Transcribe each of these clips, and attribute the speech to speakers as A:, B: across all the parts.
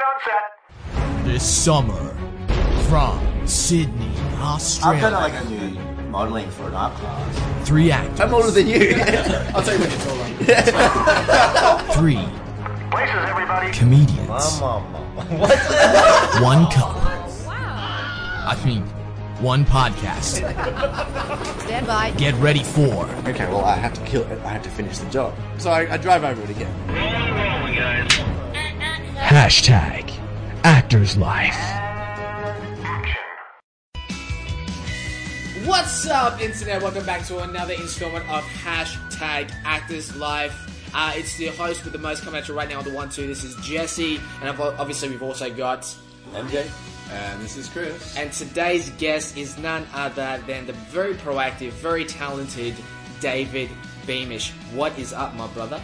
A: sunset.
B: This summer from Sydney,
C: I've done
B: Australia.
C: like a new modelling for an art class.
B: Three actors,
D: I'm older than you.
C: I'll tell you when it's all on.
B: three
A: Places, everybody.
B: comedians,
C: Mom, mom, mom.
B: one cup. I mean, one podcast.
E: Stand by.
B: Get ready for
D: okay, well, I have to kill it. I have to finish the job. So I, I drive over it again.
B: hashtag Actors Life.
F: What's up, internet? Welcome back to another installment of hashtag Actors Life. Uh, it's the host with the most coming at you right now on the one two. This is Jesse, and I've- obviously we've also got.
C: MJ.
D: And this is Chris.
F: And today's guest is none other than the very proactive, very talented David Beamish. What is up, my brother?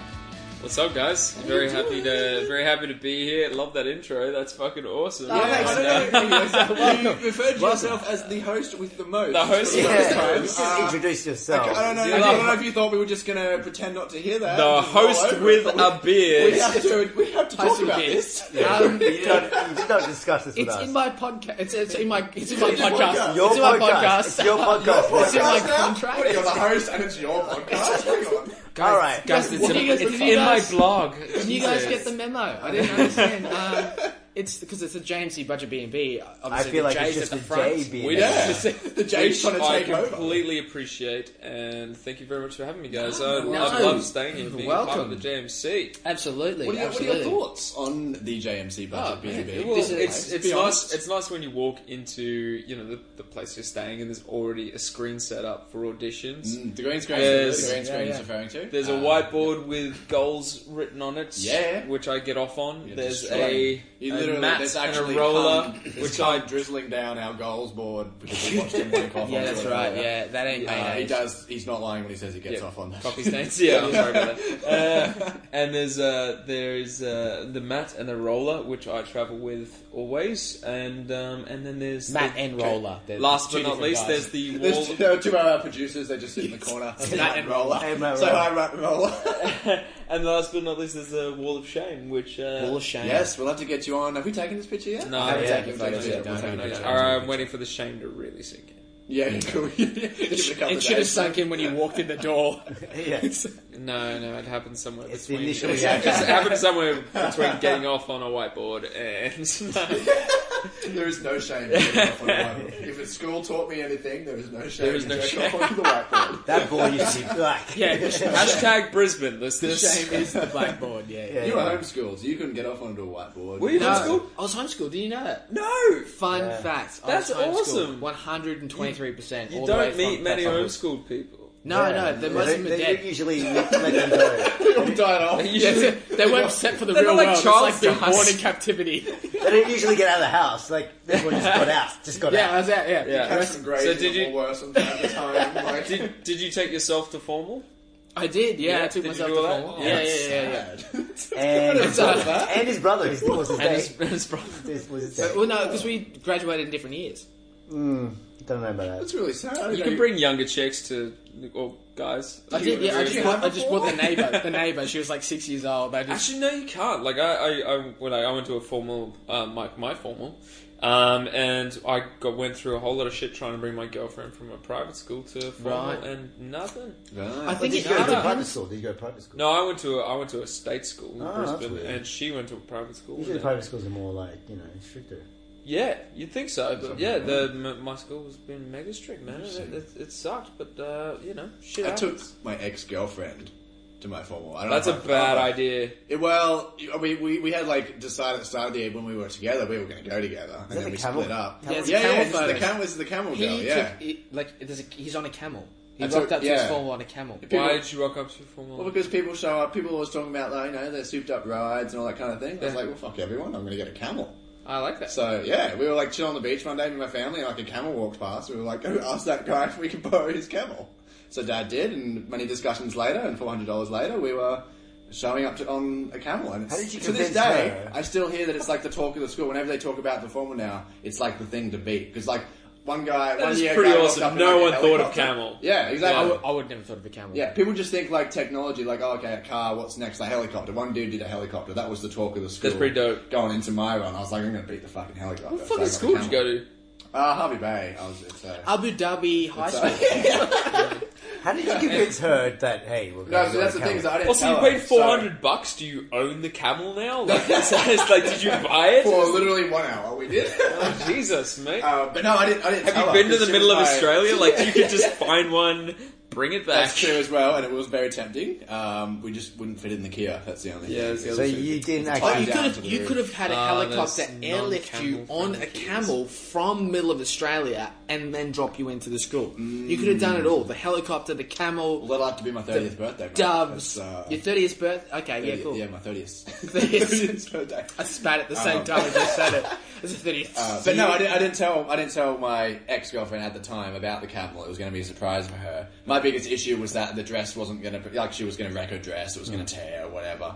G: What's up, guys? Very happy to very happy to be here. Love that intro. That's fucking awesome.
F: thanks.
G: And, uh,
H: You referred to yourself as the host with the most. Uh,
G: the host
D: Yeah.
G: first
D: Yeah.
G: time.
D: You should introduce yourself.
H: I don't know. I don't know if you thought we were just going to pretend not to hear that.
G: The
H: Just roll
G: host
H: over
G: with
H: it, but
G: a beard.
H: We have to. We have to talk about this.
F: Um,
D: You don't, you don't discuss this with
F: it's
D: us.
F: in my podcast. It's, it's in my. It's in my
H: It's your
F: podcast.
H: podcast.
D: your
F: it's in my podcast.
D: It's your podcast.
F: It's in my
H: Podcast now?
F: contract.
H: What, You're the host, and it's your podcast. Hang on.
D: All right.
G: Guys, it's
F: What
G: in,
F: do you guys-
G: it's
F: what do you
G: in my
F: guys-
G: blog.
F: You guys
G: Jesus.
F: get the memo. I didn't understand. Um, it's because it's a JMC budget B and B.
D: I
F: Obviously,
D: feel
F: the
D: like
F: J's
D: it's just a
F: at the front.
D: J being
G: We
D: there.
G: yeah.
H: The J's trying to
G: I
H: take over.
G: completely appreciate and thank you very much for having me, guys. I,
F: no.
G: I love staying here, being a part
F: Welcome.
G: of the JMC.
F: Absolutely.
H: What are, your, what are
F: absolutely.
H: your thoughts on the JMC budget,
F: Oh, man.
H: BGB?
G: Well,
F: This is-
G: it's
H: let's
G: it's
H: be
G: nice.
H: honest.
G: It's nice when you walk into you know the, the place you're staying and there's already a screen set up for auditions.
H: The green screen.
G: There's-
H: the green screen
F: yeah, yeah.
H: is referring to.
G: There's a
H: Um,
G: whiteboard with goals written on it,
H: Yeah.
G: which I get off on.
H: You're
G: there's
H: destroying.
G: a,
H: You
G: a
H: literally-
G: mat
H: there's
G: and a
H: actually
G: roller,
H: cum- there's
G: which
H: cum
G: I
H: drizzling down our goals board because we watched him wake off.
F: Yeah,
H: onto
F: that's
H: it
F: right.
H: earlier.
F: Yeah, that ain't
H: Uh, he
F: mayonnaise.
H: does. He's not lying when he says he gets
G: Yeah,
H: off on that.
G: coffee stains. Yeah, I'm sorry about that. Uh, and there's uh, there's uh, the mat and the roller, which I travel with always, and um, and then there's
F: Matt
G: the,
F: and roller. They're
G: Last
F: two
G: but not
F: different
G: least,
F: guys.
G: there's the
H: There's
G: wall.
H: two, there are two of our producers. They just sit in the corner. Matt and Roller.
D: Hey, Matt
H: so
D: Roller.
H: hi, Matt and Roller.
G: and last but not least, there's the wall of shame, which uh,
F: Wall of shame.
H: yes, we'll have to get you on. Have we taken this picture yet?
G: No,
H: I haven't
G: yeah,
H: taken
G: yeah,
H: pictures
G: yeah,
H: yet. We'll take a
G: no, no,
H: picture.
G: no. Alright, I'm waiting for the shame to really sink in.
H: Yeah, cool.
F: It
H: it
F: should have sunk in when you walked in the door.
D: Yeah.
G: No, no, it happened somewhere
D: It's the
G: between.
D: initial
G: it
D: reaction.
G: happened somewhere between getting off on a whiteboard and.
H: There is no shame. in getting off on a whiteboard. if it's school taught me anything, there is no shame.
G: There is
H: in
G: no
H: jerking
G: shame.
H: off onto the whiteboard.
D: That boy used to be black.
F: yeah, the
G: Hashtag Brisbane listeners.
F: shame is the blackboard. Yeah.
D: Yeah.
H: You were homeschooled, so you couldn't get off onto a whiteboard.
G: Were you
F: No,
G: homeschooled?
F: I was homeschooled. Did you know that?
G: No!
F: Fun fact. I
G: That's
F: was homeschooled,
G: awesome.
F: 123%.
G: You
F: all the way
G: don't
F: from
G: meet many
F: Catholic.
G: homeschooled people.
F: No,
D: Yeah.
F: no. The
D: They-
F: most of them
D: they
F: are dead.
D: usually let them go.
H: all died off.
G: You
F: Yes,
G: should-
F: they weren't set for the
G: They're
F: real
G: not like
F: world.
G: Charles
F: it's like they're
G: Dickens.
F: born in captivity.
D: They don't usually get out of the house. Like, everyone just got out. Just got
F: yeah, I
D: out.
F: was out. Yeah,
G: Yeah.
H: Have some grades
G: So
H: so
G: did
H: did
G: you-
H: worse from time to time. Like,
G: Did, did you take yourself to formal?
F: I did. Yeah,
G: Yeah,
F: I took
G: did you
F: myself
G: do
F: to
G: all that?
F: formal. Yeah, yeah, yeah, yeah. yeah.
D: And,
F: done
D: and his brother his, was his
F: And
D: name.
F: his, his brother.
D: This was his name.
F: Well, no, because we graduated in different years.
D: Don't know about that.
H: That's really sad.
G: You can bring younger chicks to, or guys.
F: I did, yeah. I
G: Really?
F: just,
H: you
F: bought,
H: have
F: I
H: a
F: just
H: formal?
F: bought the neighbor. The neighbor. She was like six years old. I just
G: Actually, no, you can't. Like I, I, I when I, I went to a formal, uh, my my formal, um, and I got, went through a whole lot of shit trying to bring my girlfriend from a private school to a formal,
F: Right.
G: and nothing.
F: I think
D: Did
F: it,
D: you go
F: I
D: to
F: don't,
D: private school? Did you go to private school?
G: No, I went to a, I went to a state school in
D: Oh, that's
G: Brisbane,
D: weird.
G: and she went to a private school.
D: Usually
G: and-
D: private schools are more like, you know, stricter.
G: Yeah, you'd think so, but yeah, the, m- my school was been mega strict, man. It, it, it sucked, but uh, you know, shit.
H: I took
G: happens.
H: my ex girlfriend to my formal. I don't
G: That's
H: know
G: a
H: if I-
G: bad idea.
H: It- well, I mean, we, we had like decided at the start of the year when we were together we were going to go together, and
D: the
H: then we
D: camel?
H: split up.
F: Yeah, it's a
H: yeah,
F: camel
H: it's the
F: photo.
H: camel. This is the camel
F: he
H: girl. Yeah.
F: took it, like there's a, he's on a camel. He
H: I
F: rocked
H: took-
F: up to his
H: yeah.
F: formal on a camel.
H: People-
G: Why did you rock up to a formal?
H: well, because people show up, people always talking about like you know their souped up rides and all that kind of thing. I was
G: Yeah.
H: like, well, fuck everyone, I'm going to get a camel.
G: I like that.
H: So yeah, we were like chill on the beach one day with my family, and like a camel walked past. We were like, go ask that guy if we can borrow his camel. So dad did, and many discussions later, and four hundred dollars later, we were showing up to, on a camel. And it's,
D: How did you
H: to this
D: convince
H: day,
D: her?
H: I still hear that it's like the talk of the school. Whenever they talk about the formal now, it's like the thing to beat because like. one guy. one
G: is
H: year a
G: pretty
H: guy walked
G: awesome.
H: up in,
G: No
H: like, a
G: one thought of
H: helicopter.
G: camel.
H: Yeah, exactly.
G: Yeah.
H: Yeah.
F: I, I would never thought of a camel.
H: people just think like technology, like oh, okay, a car. What's next? A helicopter. One dude did a helicopter. That was the talk of the school.
G: pretty dope.
H: Going into my run, I was like, I'm going to beat the fucking helicopter.
G: What the fucking
H: So I got the
G: school did you
H: camel.
G: go to?
H: Uh, Harvey Bay. I was. It's, uh,
F: Abu Dhabi High
H: it's,
F: School.
H: uh,
I: How did you convince her that hey, we're
H: no,
I: going
H: so that's the thing. Is I didn't
G: Also, you
H: tell her,
G: paid
H: so-
G: four hundred bucks. Do you own the camel now? Like, it's, it's like, did you buy it?
H: for literally one hour. We did.
G: Oh, Jesus, mate.
H: Uh, but no, I didn't. I didn't
G: Have
H: tell
G: you
H: her,
G: been to
H: 'cause
G: the
H: she
G: middle
H: was
G: of
H: like-
G: Australia? Like, you could just find one, bring it back.
H: That's true as well, and it was very tempting. Um, we just wouldn't fit in the Kia. That's the only.
G: Yeah,
H: thing.
G: that's the
I: So
G: other thing.
I: you didn't
F: Oh, you
I: actually.
F: could
H: down to
F: have
H: the
F: you
H: roof.
F: could have had a
G: Ah,
F: helicopter
G: there's
F: airlift you
G: non-camel
F: on a
G: friendly kids.
F: camel from middle of Australia and then drop you into the school. You could have done it all: the helicopter, the camel,
H: Well, that'll have to be my thirtieth birthday. mate.
F: doves.
H: That's, uh,
F: Your thirtieth birth? Okay,
H: 30th
F: yeah, Oh. cool.
H: Yeah, my thirtieth.
F: 30th.
H: birthday.
F: I spat at the same
H: Um,
F: time as I said it. It's a thirtieth.
H: Uh, but no, I didn't, I didn't tell. I didn't tell my ex girlfriend at the time about the camel. It was going to be a surprise for her. My biggest issue was that the dress wasn't going to like she was going to wreck her dress. It was
F: Mm.
H: going to tear or whatever.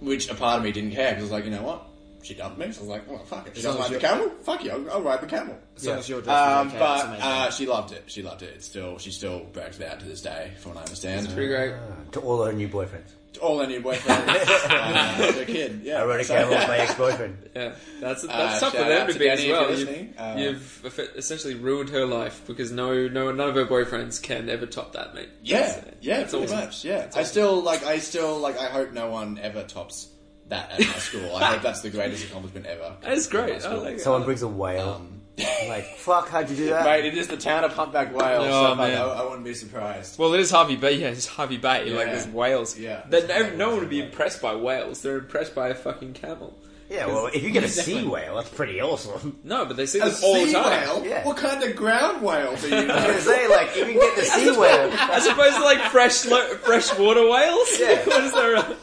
H: Which a part of me didn't care because I was like, you know what? She dumped me. So I was like, well, fuck it. She doesn't like the camel. Fuck you. I'll, I'll ride the camel.
F: as long as your dress is
H: Um,
F: okay,
H: but
F: that's amazing.
H: uh, she loved it. She loved it. It's still she still brags about it to this day, from what I understand.
G: Pretty great.
I: To all her new boyfriends.
H: All any boyfriend, uh, as a kid. Yeah,
I: I rode a
H: So-
I: camel with my ex-boyfriend.
G: Yeah, that's that's
H: Uh,
G: tough for
H: shout
G: them
H: out
G: to
H: to
G: be as
H: Danny if
G: well.
H: you're
G: You've,
H: listening. Uh,
G: you've effe- essentially ruined her life because no, no, none of her boyfriends can ever top that, mate.
H: Yeah,
G: That's-
H: yeah,
G: that's
H: pretty
G: awesome.
H: much. Yeah, I still like. I still like. I hope no one ever tops that at my school. I hope that's the greatest accomplishment ever.
G: That's great. I
H: school.
G: like it.
I: Someone brings a whale.
H: Um,
I: I'm like, fuck, how'd you do that?
H: Mate, it is the town of Humpback Whale.
G: Oh,
H: so fuck,
G: man.
H: I, I wouldn't be surprised.
G: Well, it is Harvey Bay. Yeah, it's Harvey Bay. Like
H: Yeah.
G: there's whales.
H: Yeah.
G: Then no, no one would be impressed by whales. They're impressed by a fucking camel.
I: Yeah, well, if you get a sea whale, that's pretty awesome.
G: No, but they see
H: A
G: them all the
H: sea
G: time.
H: whale?
I: Yeah.
H: What kind of ground whale do you
I: I
H: know?
I: was gonna say, like, if you can get the sea whale,
G: As opposed to like fresh lo- freshwater whales.
I: Yeah.
G: what is there?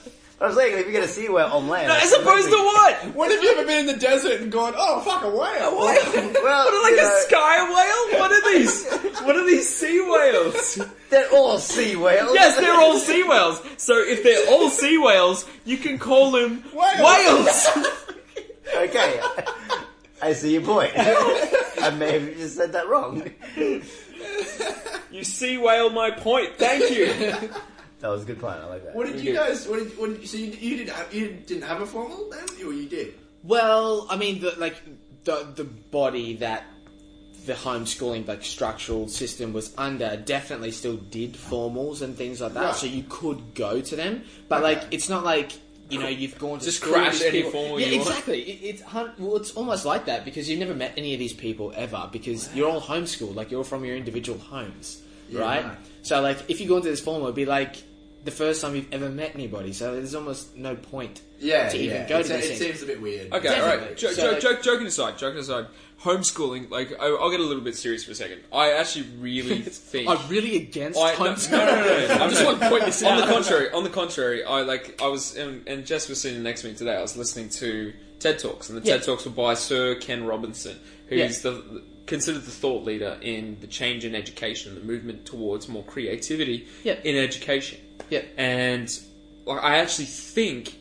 I: I was saying, if you get a sea whale on land,
G: As opposed to what?
H: when have you ever been in the desert and gone, oh fuck, a whale?
G: Whale?
I: Well,
G: what are like
I: you
G: a
I: know-
G: sky whale? What are these? what are these sea whales?
I: they're all sea whales.
G: Yes, they're all sea whales. So if they're all sea whales, you can call them whales.
I: okay. I see your point. I may have just said that wrong.
G: you sea whale my point. Thank you.
I: That was a good plan. I like that.
H: What did you guys? What did? What did so you, you didn't? Have, you didn't have a formal then, or you did?
F: Well, I mean, the, like the the body that the homeschooling like structural system was under definitely still did formals and things like that,
H: Right.
F: so you could go to them. But like, it's not like you know you've gone to
G: Just
F: school with
G: crash
F: these
G: any
F: people.
G: formal
F: Yeah,
G: you want.
F: exactly. It, it's hun- well, it's almost like that because you've never met any of these people ever because you're all homeschooled, like you're all from your individual homes, right?
H: right.
F: So like, if you go into this formal, it'd be like the first time you've ever met anybody. So there's almost no point
H: Yeah,
F: to even
H: yeah.
F: go
H: It's-
F: to these
H: it
F: things.
H: seems a bit weird.
G: Okay, all
F: Definitely.
G: right. Jo-
F: So,
G: jo-
F: like-
G: jo- joking aside, joking aside, homeschooling. Like, I- I'll get a little bit serious for a second. I actually really think.
F: I'm really against
G: I, no,
F: homeschooling.
G: no, no, no, no. I just want to point this out. On the contrary, on the contrary, I like I was and, and Jess was sitting next to me today. I was listening to TED Talks, and the
F: Yeah.
G: TED Talks were by Sir Ken Robinson, who's
F: Yeah.
G: the considered the thought leader in the change in education, the movement towards more creativity
F: Yeah.
G: in education.
F: Yeah.
G: and like, I actually think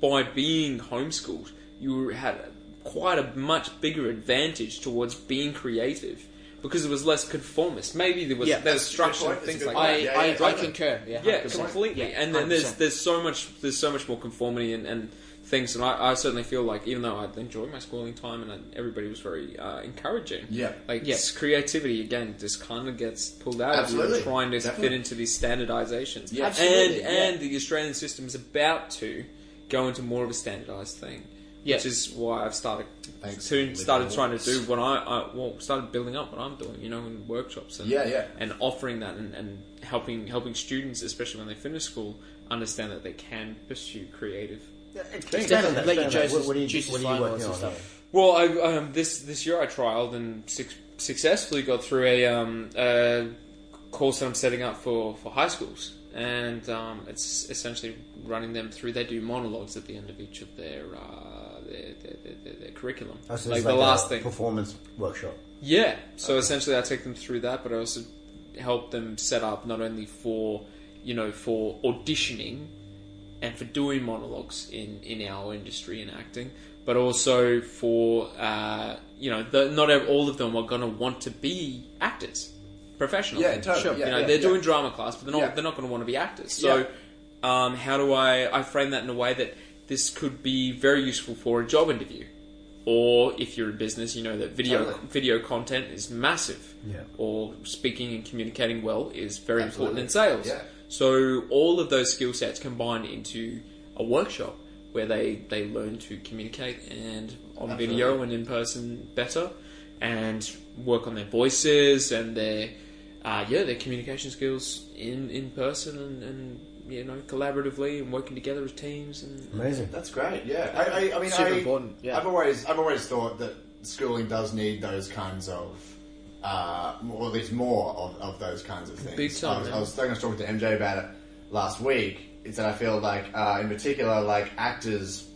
G: by being homeschooled, you had a, quite a much bigger advantage towards being creative. Because it was less conformist. Maybe there was
F: Yeah.
G: there was structure and
H: point. That's a
G: things
H: good
G: like that.
H: point.
F: I,
H: Yeah,
F: I,
H: yeah,
F: I
H: totally.
F: concur. Yeah,
G: Yeah,
F: 100%.
G: completely.
F: Yeah,
G: and then there's
F: 100%.
G: there's so much there's so much more conformity and, and things, and I, I certainly feel like even though I enjoyed my schooling time and I, everybody was very uh, encouraging,
H: Yeah.
G: like
F: Yeah.
G: it's creavity again just kind of gets pulled out of
H: Absolutely.
G: you trying to
H: Definitely.
G: fit into these standardizations.
H: Yeah.
F: Absolutely,
G: and
F: yeah.
G: and the Australian system's about to go into more of a standardized thing.
F: Yeah.
G: Which is why I've started
H: Thanks
G: soon
H: for
G: started
H: living
G: trying to do what I, I well started building up what I'm doing, you know, in workshops and
H: Yeah, yeah.
G: and offering that and, and helping helping students, especially when they finish school, understand that they can pursue creative.
I: It's better
F: Definitely.
I: than that,
F: Let
I: better
F: your
I: than that.
F: juices-
I: What, what are you,
F: juices
I: what
F: fly
I: are
F: and
I: you
F: all
I: working
F: that
I: on?
F: sort of
G: Well, I um, this this year I trialed and suc successfully got through a um, uh, course that I'm setting up for, for high schools, and um, it's essentially running them through. They do monologues at the end of each of their uh, their, their, their, their, their curriculum,
I: Oh, so
G: like
I: it's
G: the
I: a
G: last thing.
I: Performance workshop.
G: Yeah. So essentially, I take them through that, but I also help them set up not only for you know for auditioning and for doing monologues in in our industry and acting, but also for uh, you know, the, not ev- all of them are going to want to be actors, professional.
H: Yeah, totally. Sure. Yeah,
G: you know,
H: yeah,
G: they're
H: yeah.
G: doing drama class, but they're not
H: Yeah.
G: they're not going to want to be actors. So, um, how do I I frame that in a way that this could be very useful for a job interview, or if you're in business, you know that video
H: Totally.
G: video content is massive.
I: Yeah.
G: Or speaking and communicating well is very
H: Absolutely.
G: important in sales.
H: Yeah.
G: So all of those skill sets combined into a workshop where they, they learn to communicate and on video and in person better and work on their voices and their uh, yeah, their communication skills in, in person and, and you know, collaboratively and working together as teams and
I: Amazing.
H: That's great. Yeah, I, I, I mean,
F: Super
H: I,
F: important, yeah.
H: I've always, I've always thought that schooling does need those kinds of, uh, or at least more of, of those kinds of things.
G: Big time,
H: I was,
G: man.
H: I was thinking- I was talking to MJ about it last week. Is that I feel like, uh, in particular, like actors,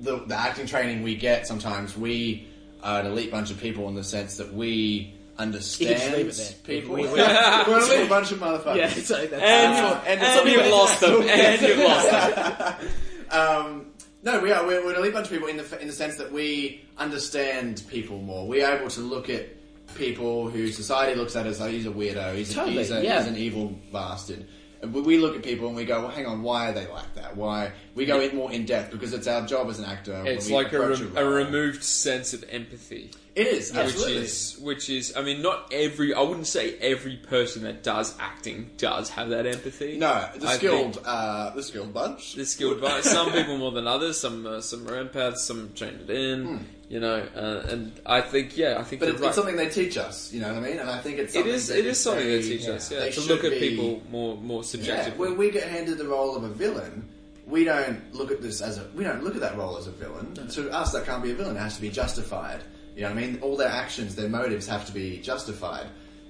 H: the, the acting training we get sometimes we are an elite bunch of people in the sense that we understand
F: just leave it there.
H: people.
F: We-
H: We,
F: we-
H: are an elite bunch of motherfuckers.
F: Yeah, so that's
G: and,
H: and
G: and,
H: somebody-
G: you've lost them. And you've lost them.
H: Um, no, we are. We're, we're an elite bunch of people in the in the sense that we understand people more. We're able to look at people who society looks at as like he's a weirdo, he's,
F: Totally,
H: a, he's, a,
F: yeah.
H: he's an evil bastard. And we- we look at people and we go, well, hang on, why are they like that? Why we go in more in depth because it's our job as an actor. when
G: It's
H: we
G: like a,
H: approach
G: rem- a
H: role.
G: removed sense of empathy.
H: It is absolutely.
G: Which is, which is, I mean, not every, I wouldn't say every person that does acting does have that empathy.
H: no, the
G: I
H: skilled,
G: think
H: uh, the skilled bunch.
G: The skilled, but some people more than others, some uh, some are empaths, some trained it in, you know, uh, and I think, yeah, I think
H: Hmm. but
G: you're
H: it's,
G: right.
H: it's something they teach us. You know what I mean? And I think it's
G: it
H: something
G: is,
H: that
G: it is something
H: very-
G: that teaches us, yeah,
H: they
G: to
H: should
G: look at
H: be-
G: people more, more
H: Yeah,
G: subjectively.
H: when we get handed the role of a villain, we don't look at this as a we don't look at that role as a villain. To us, that can't be a villain. It has to be justified. You know what I mean? All their actions, their motives have to be justified.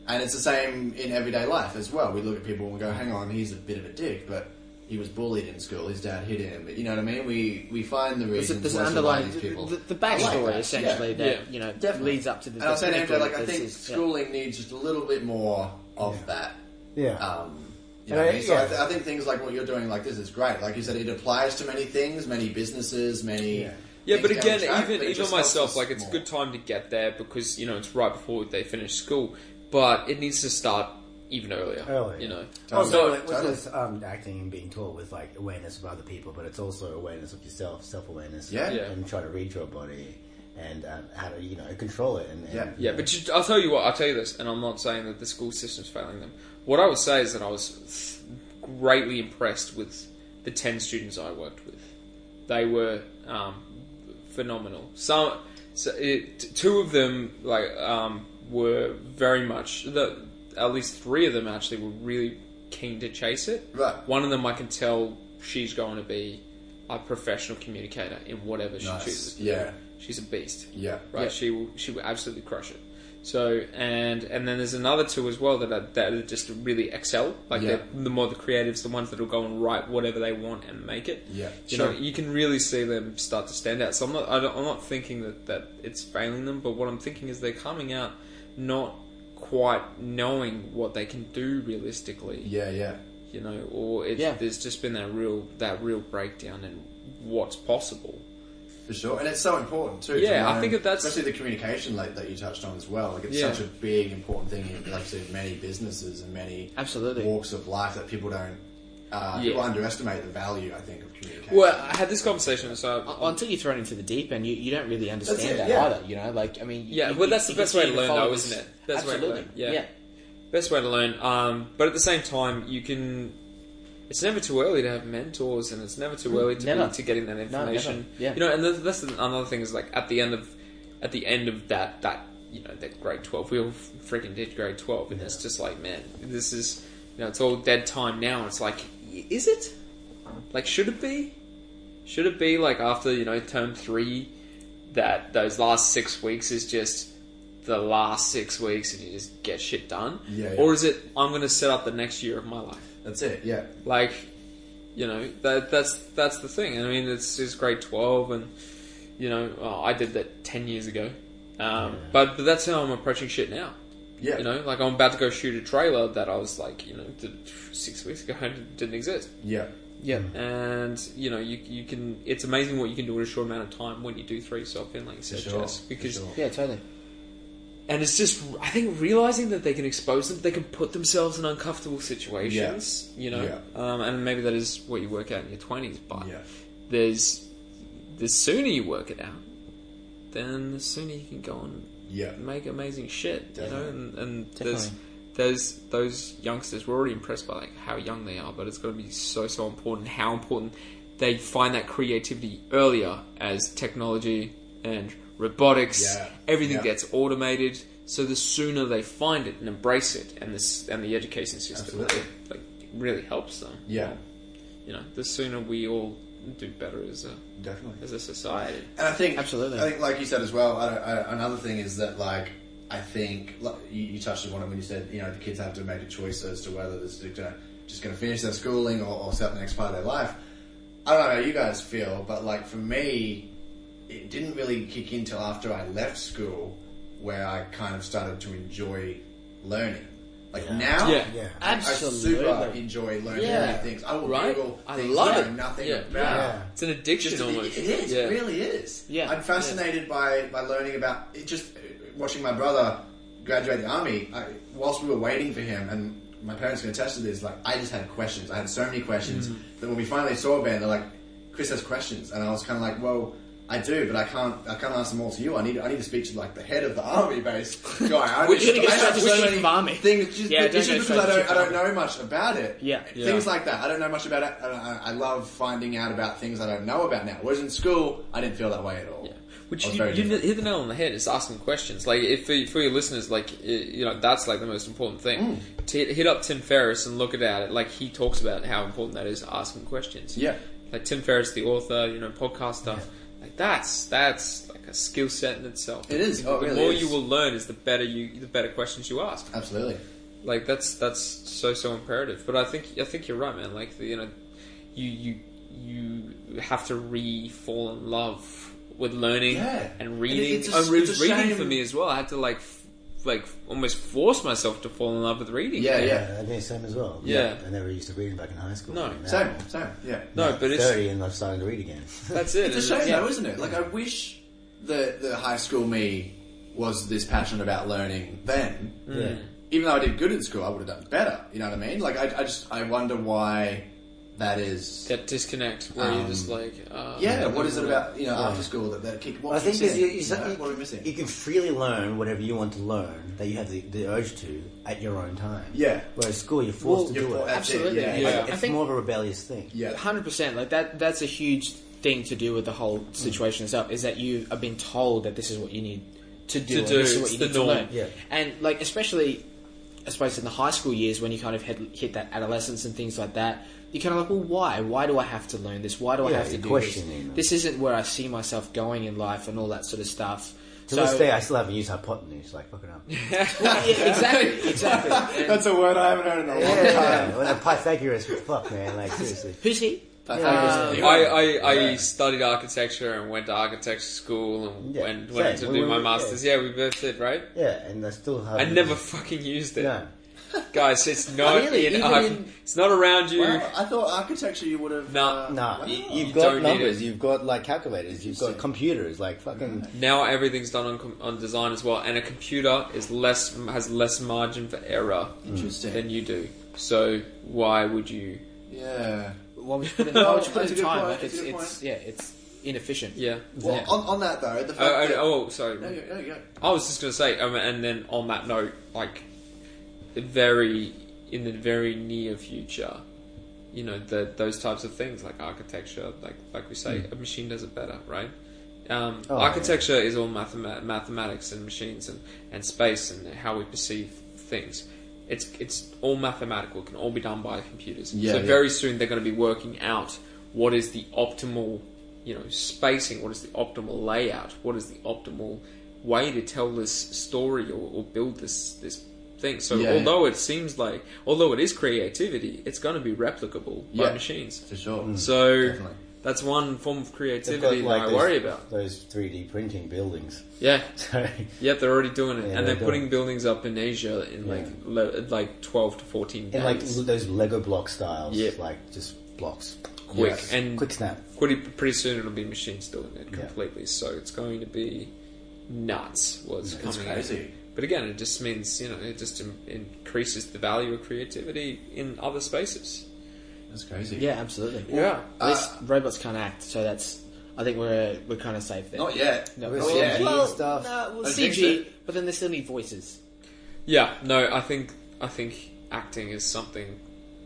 H: And it's the same in everyday life as well. We look at people and we go, "Hang on, he's a bit of a dick," but he was bullied in school. His dad hit him. You know what I mean? We we find the
F: There's, a-
H: reasons.
F: there's an
H: as to why
F: underlying
H: these people.
F: the, the
H: I like
F: backstory
H: that.
F: essentially
H: Yeah.
F: that
G: Yeah.
F: you know
H: Definitely.
F: leads up to the.
H: And I'll say to MJ,
F: technical-
H: like I
F: this
H: think
F: is- yeah.
H: schooling needs just a little bit more of that.
I: Yeah.
H: Um, you
I: And
H: know, what I
I: I-
H: mean? so I,
I: yeah.
H: th- I think things like what you're doing, like this, is great. Like you said, it applies to many things, many businesses, many.
I: Yeah.
G: Yeah, but
H: things down
G: again,
H: the track,
G: even
H: but it
G: even
H: just helps
G: myself,
H: us
G: like it's a
H: more.
G: good time to get there because you know it's right before they finish school, but it needs to start even earlier.
I: Earlier.
G: you know.
I: Also,
H: Totally.
I: it was this um, acting and being taught with like awareness of other people, but it's also awareness of yourself, self awareness,
H: Yeah.
G: Yeah.
I: and try to read your body and um, how to you know control it. And, and
H: Yeah.
G: Yeah, but you, I'll tell you what, I'll tell you this, and I'm not saying that the school system's failing them. What I would say is that I was greatly impressed with the 10 students I worked with. They were um, phenomenal. Some, so it, t- two of them, like, um, were very much, the, at least three of them actually were really keen to chase it.
H: Right.
G: One of them I can tell she's going to be a professional communicator in whatever she
H: Nice.
G: chooses. to do.
H: Yeah.
G: She's a beast
H: Yeah.
G: right?
F: Yeah.
G: She will she will absolutely crush it. So and and then there's another two as well that are, that are just really excel. Like
H: Yeah.
G: the the more the creatives, the ones that will go and write whatever they want and make it.
H: Yeah.
G: you
H: Sure.
G: know, you can really see them start to stand out. So I'm not I don't, I'm not thinking that that it's failing them, but what I'm thinking is they're coming out not quite knowing what they can do realistically
H: Yeah, yeah.
G: you know, or it's,
F: Yeah.
G: there's just been that real that real breakdown in what's possible.
H: For sure, and it's so important too. to
G: Yeah, I
H: know-
G: think that that's-
H: especially the communication like, that you touched on as well. Like it's
G: Yeah.
H: such a big important thing in like I said, many businesses and many
F: Absolutely.
H: walks of life that people don't. Uh, People
G: Yeah.
H: underestimate the value. I think of communication.
G: Well, I had this conversation, so I'm-
F: until you're thrown into the deep end, you, you don't really understand
H: That's it,
F: that
H: yeah.
F: either. You know, like I mean, you-
G: Yeah,
F: you-
G: well,
F: you-
G: that's the
F: you
G: best way to
F: continue
G: learn, though,
F: follow
G: isn't
F: this-
G: it? That's the way to
F: Absolutely.
G: learn, yeah. best way to learn. Um, but at the same time, you can. It's never too early to have mentors, and it's never too early to,
F: Mm, never.
G: Be, to getting that information.
F: never. Yeah.
G: you know, and that's, that's another thing is like at the end of, at the end of that that you know that grade twelve, we all freaking did grade twelve, and it's just like man, this is you know it's all dead time now. It's like, y- is it? Like, should it be? Should it be like after you know term three, that those last six weeks is just the last six weeks and you just get shit done?
H: Yeah, yeah.
G: Or is it I'm going to set up the next year of my life?
H: that's it. Yeah,
G: Like, you know that that's that's the thing. I mean, it's it's grade twelve, and you know oh, I did that ten years ago. Um, But but that's how I'm approaching shit now.
H: yeah.
G: You know, like I'm about to go shoot a trailer that I was like, you know, did six weeks ago didn't exist
H: yeah.
G: Yeah,
D: Mm.
G: and you know you you can. It's amazing what you can do in a short amount of time when you do three yourself in, like you said,
D: sure,
G: Jess.
D: for
G: Because
D: sure.
F: Yeah, totally.
G: and it's just I think realizing that they can expose them, they can put themselves in uncomfortable situations. You know,
D: Yeah.
G: um, and maybe that is what you work out in your twenties. But
D: Yeah.
G: there's the sooner you work it out, then the sooner you can go and
D: Yeah.
G: make amazing shit. You know,
D: Definitely.
G: and, and there's those those youngsters. We're already impressed by like how young they are, but it's going to be so so important how important they find that creativity earlier as technology and robotics.
D: Yeah.
G: Everything
D: Yeah.
G: gets automated. So the sooner they find it and embrace it, and this and the education system,
D: Absolutely.
G: like really helps them.
D: Yeah.
G: You know, the sooner we all do better as a
D: Definitely.
G: as a society.
H: And I think
F: Absolutely.
H: I think, like you said as well. I don't, I, another thing is that, like, I think like, you, you touched upon it when you said, you know, the kids have to make a choice as to whether this is gonna, just going to finish their schooling or, or set the next part of their life. I don't know how you guys feel, but like for me, it didn't really kick in till after I left school, where I kind of started to enjoy learning. Like now,
G: Yeah.
I: Yeah.
H: I super
F: Absolutely.
H: enjoy learning
F: Yeah.
H: new things. I will
G: Right?
H: Google
G: I
H: things
G: love
H: I know
G: it.
H: nothing
G: Yeah.
H: about.
G: Yeah. It's an addiction
H: Just- it-
G: almost.
H: it is.
G: Yeah.
H: It really is.
F: Yeah.
H: I'm fascinated by by learning about it. Just uh, watching my brother graduate the army. I, whilst we were waiting for him, and my parents can attest to this. Like I just had questions. I had so many questions
F: Mm-hmm.
H: that when we finally saw Ben, they're like, "Chris has questions," and I was kind of like, "Well." I do, but I can't. I can't ask them all to you. I need. I need to speak to like the head of the army base guy. I
F: Which
H: don't-
F: I think
H: I
F: is
H: have
F: such a
H: so
F: zone
H: many
F: of army.
H: Things just,
F: Yeah,
H: it's
F: don't
H: just
F: go
H: because
F: straight
H: I
F: to
H: don't. I
F: the
H: don't know much about it.
F: Yeah.
G: Yeah.
H: Things like that. I don't know much about it. I, I, I love finding out about things I don't know about now. Whereas in school, I didn't feel that way at all.
G: Yeah.
H: I
G: Which
H: was
G: you,
H: very
G: you
H: different.
G: hit the nail on the head. It's asking questions. Like if for, for your listeners, like i- you know, that's like the most important thing.
H: Mm.
G: To hit, hit up Tim Ferriss and look at it. Like he talks about how important that is, asking questions.
H: Yeah.
G: Like Tim Ferriss, the author, you know, podcaster. Like that's that's like a skill set in itself.
H: It is.
G: The,
H: Oh, it really
G: more
H: is.
G: you will learn, is the better you, the better questions you ask.
H: Absolutely.
G: Like that's that's so so imperative. But I think I think you're right, man. Like the, you know, you you you have to re fall in love with learning
H: Yeah.
G: and
H: And
G: reading.
H: it's a-
G: I re-
H: it's a
G: reading
H: shame-
G: for me as well. I had to like f- like almost force myself to fall in love with reading.
H: Yeah, yeah.
I: Yeah, I mean, same as well.
G: Yeah.
I: I never used to read back in high school.
G: No,
I: Now-
H: Same. Same. Yeah.
G: No, but it's
I: Thirty, and I've started to read again.
G: that's it.
H: It's a
G: and
H: shame
G: yeah.
H: though, isn't it? Like I wish the the high school me was this passionate about learning then.
G: Mm.
I: yeah.
H: Even though I did good in school, I would have done better. You know what I mean? Like I, I just I wonder why that is.
G: That disconnect where you're
I: Um,
G: just like, uh,
H: Yeah,
G: I
H: what is it
G: wanna-
H: about you know after school that that kick? What
I: I think
H: kicks
I: because
H: in?
I: you, you,
H: know, what are we
I: you
H: missing?
I: can freely learn whatever you want to learn that you have the, the urge to at your own time.
H: Yeah.
I: Whereas school, you're forced
H: You're
I: to do
H: for-
I: it.
H: that's it,
F: Absolutely.
H: yeah.
I: Like,
G: Yeah.
I: It's
F: I think-
I: more of a rebellious thing.
H: Yeah.
F: Hundred percent. Like that. That's a huge thing to do with the whole situation itself. Is that you have been told that this is what you need to do.
G: To
F: and
G: do,
F: This is what
G: it's
F: you
G: the
F: need
G: norm.
F: to learn.
I: Yeah.
F: And like especially, I suppose in the high school years when you kind of hit, hit that adolescence and things like that, you're kind of like, well, why? Why do I have to learn this? Why do I
I: Yeah,
F: have to
I: you're
F: do
I: questioning them.
F: this? This isn't where I see myself going in life and all that sort of stuff.
I: To this day, I still haven't used hypotenuse. Like fucking up. Yeah.
F: yeah, exactly, exactly. And
H: That's a word I haven't heard in a long
I: Um, Well, that Pythagoras, what the fuck, man. Like seriously.
F: who's he?
H: Pythagoras.
G: I, I, I studied architecture and went to architecture school and,
I: Yeah,
G: and went
I: same.
G: to
I: We
G: do
I: were-
G: my
I: yeah.
G: masters. Yeah, we both did, right?
I: Yeah, and I still have.
G: I never fucking used it.
I: No.
G: Guys, it's not
F: Really?
G: in,
F: Even
G: arch-
F: in-
G: it's not around you.
H: Well, I thought architecture you would have.
G: Nah.
H: uh,
I: Nah,
H: wow.
I: you,
G: You
I: you've got
G: don't need
I: numbers,
G: it.
I: you've got like calculators, you've got computers, like fucking.
G: Now everything's done on, com- on design as well, and a computer is less has less margin for error
H: Interesting.
G: than you do. So why would you?
H: Yeah.
F: Why would you put in, why would you put
H: That's a
F: in
H: good
F: time?
H: point,
F: Like
H: that's
F: it's,
H: a good
F: it's yeah, it's inefficient.
G: Yeah.
H: Well, on, on that though, the fact
G: Oh,
H: that,
G: oh, oh, sorry.
H: No, you- no, you go.
G: I was just going to say, um, and then on that note, like, very in the very near future, you know, the, those types of things like architecture, like like we say,
H: Hmm.
G: a machine does it better, right? Um,
I: Oh,
G: architecture is all mathema- mathematics and machines and, and space and how we perceive things. It's it's all mathematical. It can all be done by computers.
H: Yeah,
G: so
H: yeah.
G: very soon they're going to be working out what is the optimal, you know, spacing. What is the optimal layout? What is the optimal way to tell this story or, or build this this thing? So
H: Yeah, yeah.
G: although it seems like although it is creativity, it's going to be replicable by
H: Yeah.
G: machines.
H: for sure.
G: So
H: Definitely.
G: that's one form of
I: They've
G: creativity
I: got, like,
G: Mm-hmm. that
I: those-
G: I worry about.
I: those 3D printing buildings.
G: Yeah.
I: So
G: Yep, they're already doing it,
I: Yeah,
G: and
I: they're
G: they're
I: doing
G: putting
I: it.
G: buildings up in Asia in like le- like twelve to fourteen days.
I: and like l- those Lego block styles,
G: Yeah.
I: like just blocks.
G: quick
D: Yes.
G: and
I: Quick snap.
G: pretty, pretty soon it'll be machines doing it
I: Yeah.
G: completely. So it's going to be nuts. What's
D: It's
G: coming? out.
D: crazy.
G: But again, it just means you know it just in- increases the value of creativity in other spaces.
D: That's crazy.
F: Yeah, absolutely.
G: Yeah.
F: At least robots can't act, so that's. I think we're we're kind of safe there.
H: Not yet.
F: No,
I: With
F: well,
I: CG
F: well,
I: and stuff.
F: no, well,
H: I think
F: CG,
H: so.
F: but then they still need voices.
G: Yeah. No, I think I think acting is something.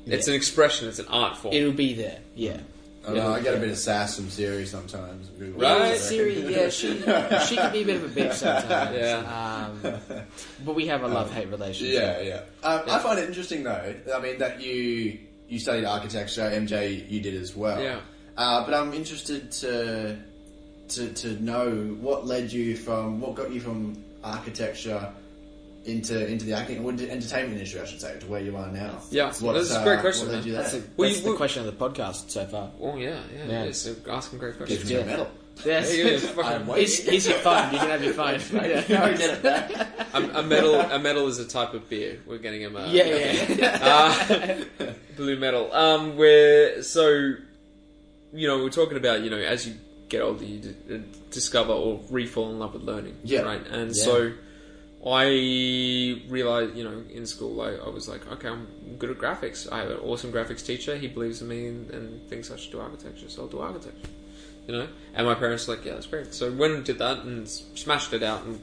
G: It's
F: Yeah.
G: an expression. It's an art form.
F: It'll be there. Yeah.
H: I don't know, I get a bit of sass from Siri sometimes.
G: Right.
F: Siri, yeah, she she can be a bit of a bitch sometimes.
G: Yeah.
F: Um, but we have a love hate relationship.
H: Yeah, yeah. Um, I find it interesting though. I mean, that you you studied architecture, MJ, you did as well.
G: Yeah.
H: Uh, but I'm interested to, to to know what led you from what got you from architecture into into the acting or into entertainment industry, I should say, to where you are now. uh,
G: Yeah. That's a great question,
H: What led
G: man.
H: you
F: That's,
H: there?
F: the
G: Well,
F: that's
G: you-
F: the
G: well-
F: question of the podcast so far.
G: Oh yeah, yeah.
F: Yeah.
G: It is. So asking great
H: Give
G: questions.
H: me a medal.
F: Yes. Um,
G: Yeah, yeah, fucking-
H: I'm
F: Here's,
H: waiting.
F: here's your phone. You can have your phone. Yeah,
H: I get it back.
G: A, a medal. A medal is a type of beer. We're getting him. A,
F: yeah, yeah.
G: blue metal. Um, where so, you know, we're talking about you know as you get older, you d- uh, discover or re fall in love with learning.
H: Yeah.
G: Right. And so, I realized you know in school I, I was like, okay, I'm good at graphics. I have an awesome graphics teacher. He believes in me and, and thinks I should do architecture, so I'll do architecture. You know. And my parents were like, yeah, that's great. So went and did that and s- smashed it out and.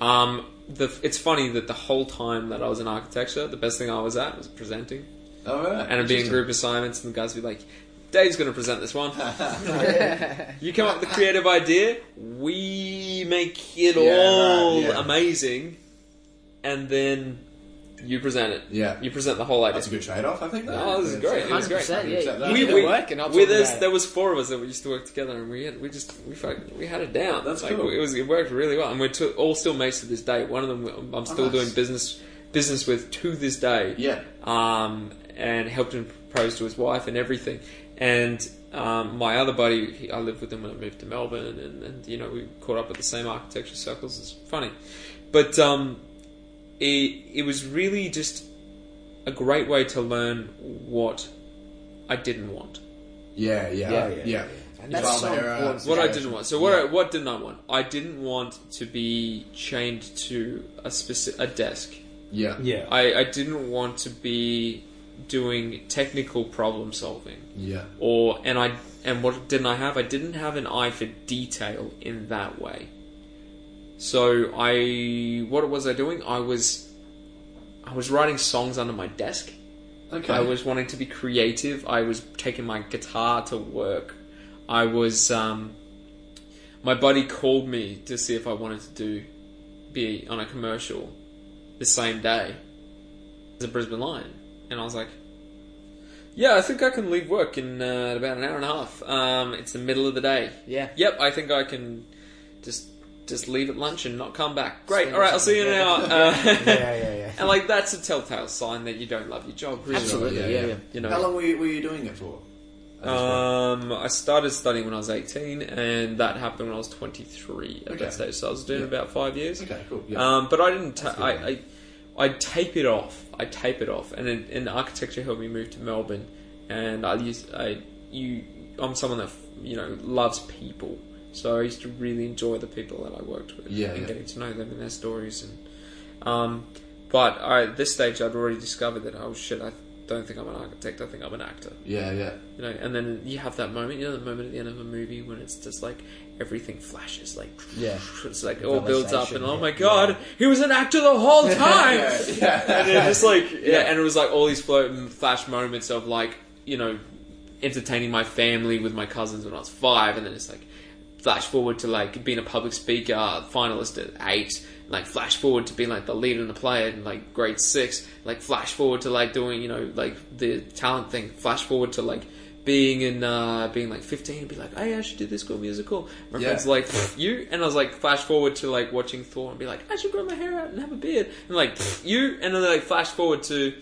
G: Um, the, it's funny that the whole time that I was in architecture, the best thing I was at was presenting
H: All right.
G: and it'd be in group assignments, and the guys would be like, Dave's going to present this one. you come up with a creative idea, we make it
H: Yeah,
G: all
H: right, yeah.
G: amazing, and then you present it.
H: Yeah.
G: You present the whole idea.
H: That's a good trade off, I think.
G: Oh, this is great. It was great.
F: 100%, yeah.
G: We,
F: You do
G: we,
F: the work and I'll
G: we
F: talk
G: there's-
F: about it.
G: there was four of us that we used to work together, and we had, we just we fucking, we had it down.
H: That's
G: like,
H: cool.
G: It was it worked really well, and we're to, all still mates to this day. One of them I'm- I'm still
H: Oh, nice.
G: doing business business with to this day.
H: Yeah.
G: Um, and helped him propose to his wife and everything. And um, my other buddy, he, I lived with him when I moved to Melbourne, and, and you know we caught up at the same architecture circles. It's funny, but um, it it was really just a great way to learn what I didn't want.
H: Yeah, yeah, yeah. yeah.
I: that's
H: Trial
I: so
H: and error.
I: important.
G: What I didn't want. So what I, what didn't I want? I didn't want to be chained to a specific a desk.
H: Yeah.
I: Yeah.
G: I, I didn't want to be doing technical problem solving.
H: Yeah.
G: Or and I and what didn't I have? I didn't have an eye for detail in that way. So I what was I doing? I was I was writing songs under my desk.
H: Okay.
G: I was wanting to be creative. I was taking my guitar to work. I was. Um, my buddy called me to see if I wanted to do be on a commercial the same day as a Brisbane Lion, and I was like, "Yeah, I think I can leave work in uh, about an hour and a half. Um, it's the middle of the day.
F: Yeah.
G: Yep, I think I can just just leave at lunch and not come back. Great.
F: Spend
G: All right, I'll see you in an hour. Uh,
I: Yeah, yeah, yeah.
G: and like that's a telltale sign that you don't love your job. Really.
F: Absolutely.
H: Yeah,
F: Yeah, yeah.
H: yeah.
G: You know.
H: How long were you, were you doing it for?
G: Um, I started studying when I was 18, and that happened when I was 23 at
H: Okay.
G: that stage. So I was doing about five years.
H: Okay, cool. Yeah.
G: Um, but I didn't. Ta- I, I I tape it off. I tape it off, and in, in architecture helped me move to Melbourne. And I used I you I'm someone that you know loves people, so I used to really enjoy the people that I worked with
H: Yeah,
G: and
H: yeah.
G: getting to know them and their stories. And um, but I, at this stage, I'd already discovered that oh shit, I don't think I'm an architect. I think I'm an actor
H: yeah, yeah.
G: you know, and then you have that moment, you know, the moment at the end of a movie when it's just like everything flashes, like
F: Yeah.
G: it's like all builds up, and
F: Realization,
G: oh
F: yeah.
G: my god, he was an actor the whole time, and it just like yeah, and it was like all these float flash moments of like you know entertaining my family with my cousins when I was five, and then it's like flash forward to like being a public speaker finalist at eight, like flash forward to being like the lead and the player in like grade six, like flash forward to like doing you know like the talent thing, flash forward to like being in uh being like 15 and be like hey i should do this cool musical my
H: Yeah.
G: friends were like "Pfft, you and i was like flash forward to like watching thor and be like i should grow my hair out and have a beard and like "Pfft, you and then like flash forward to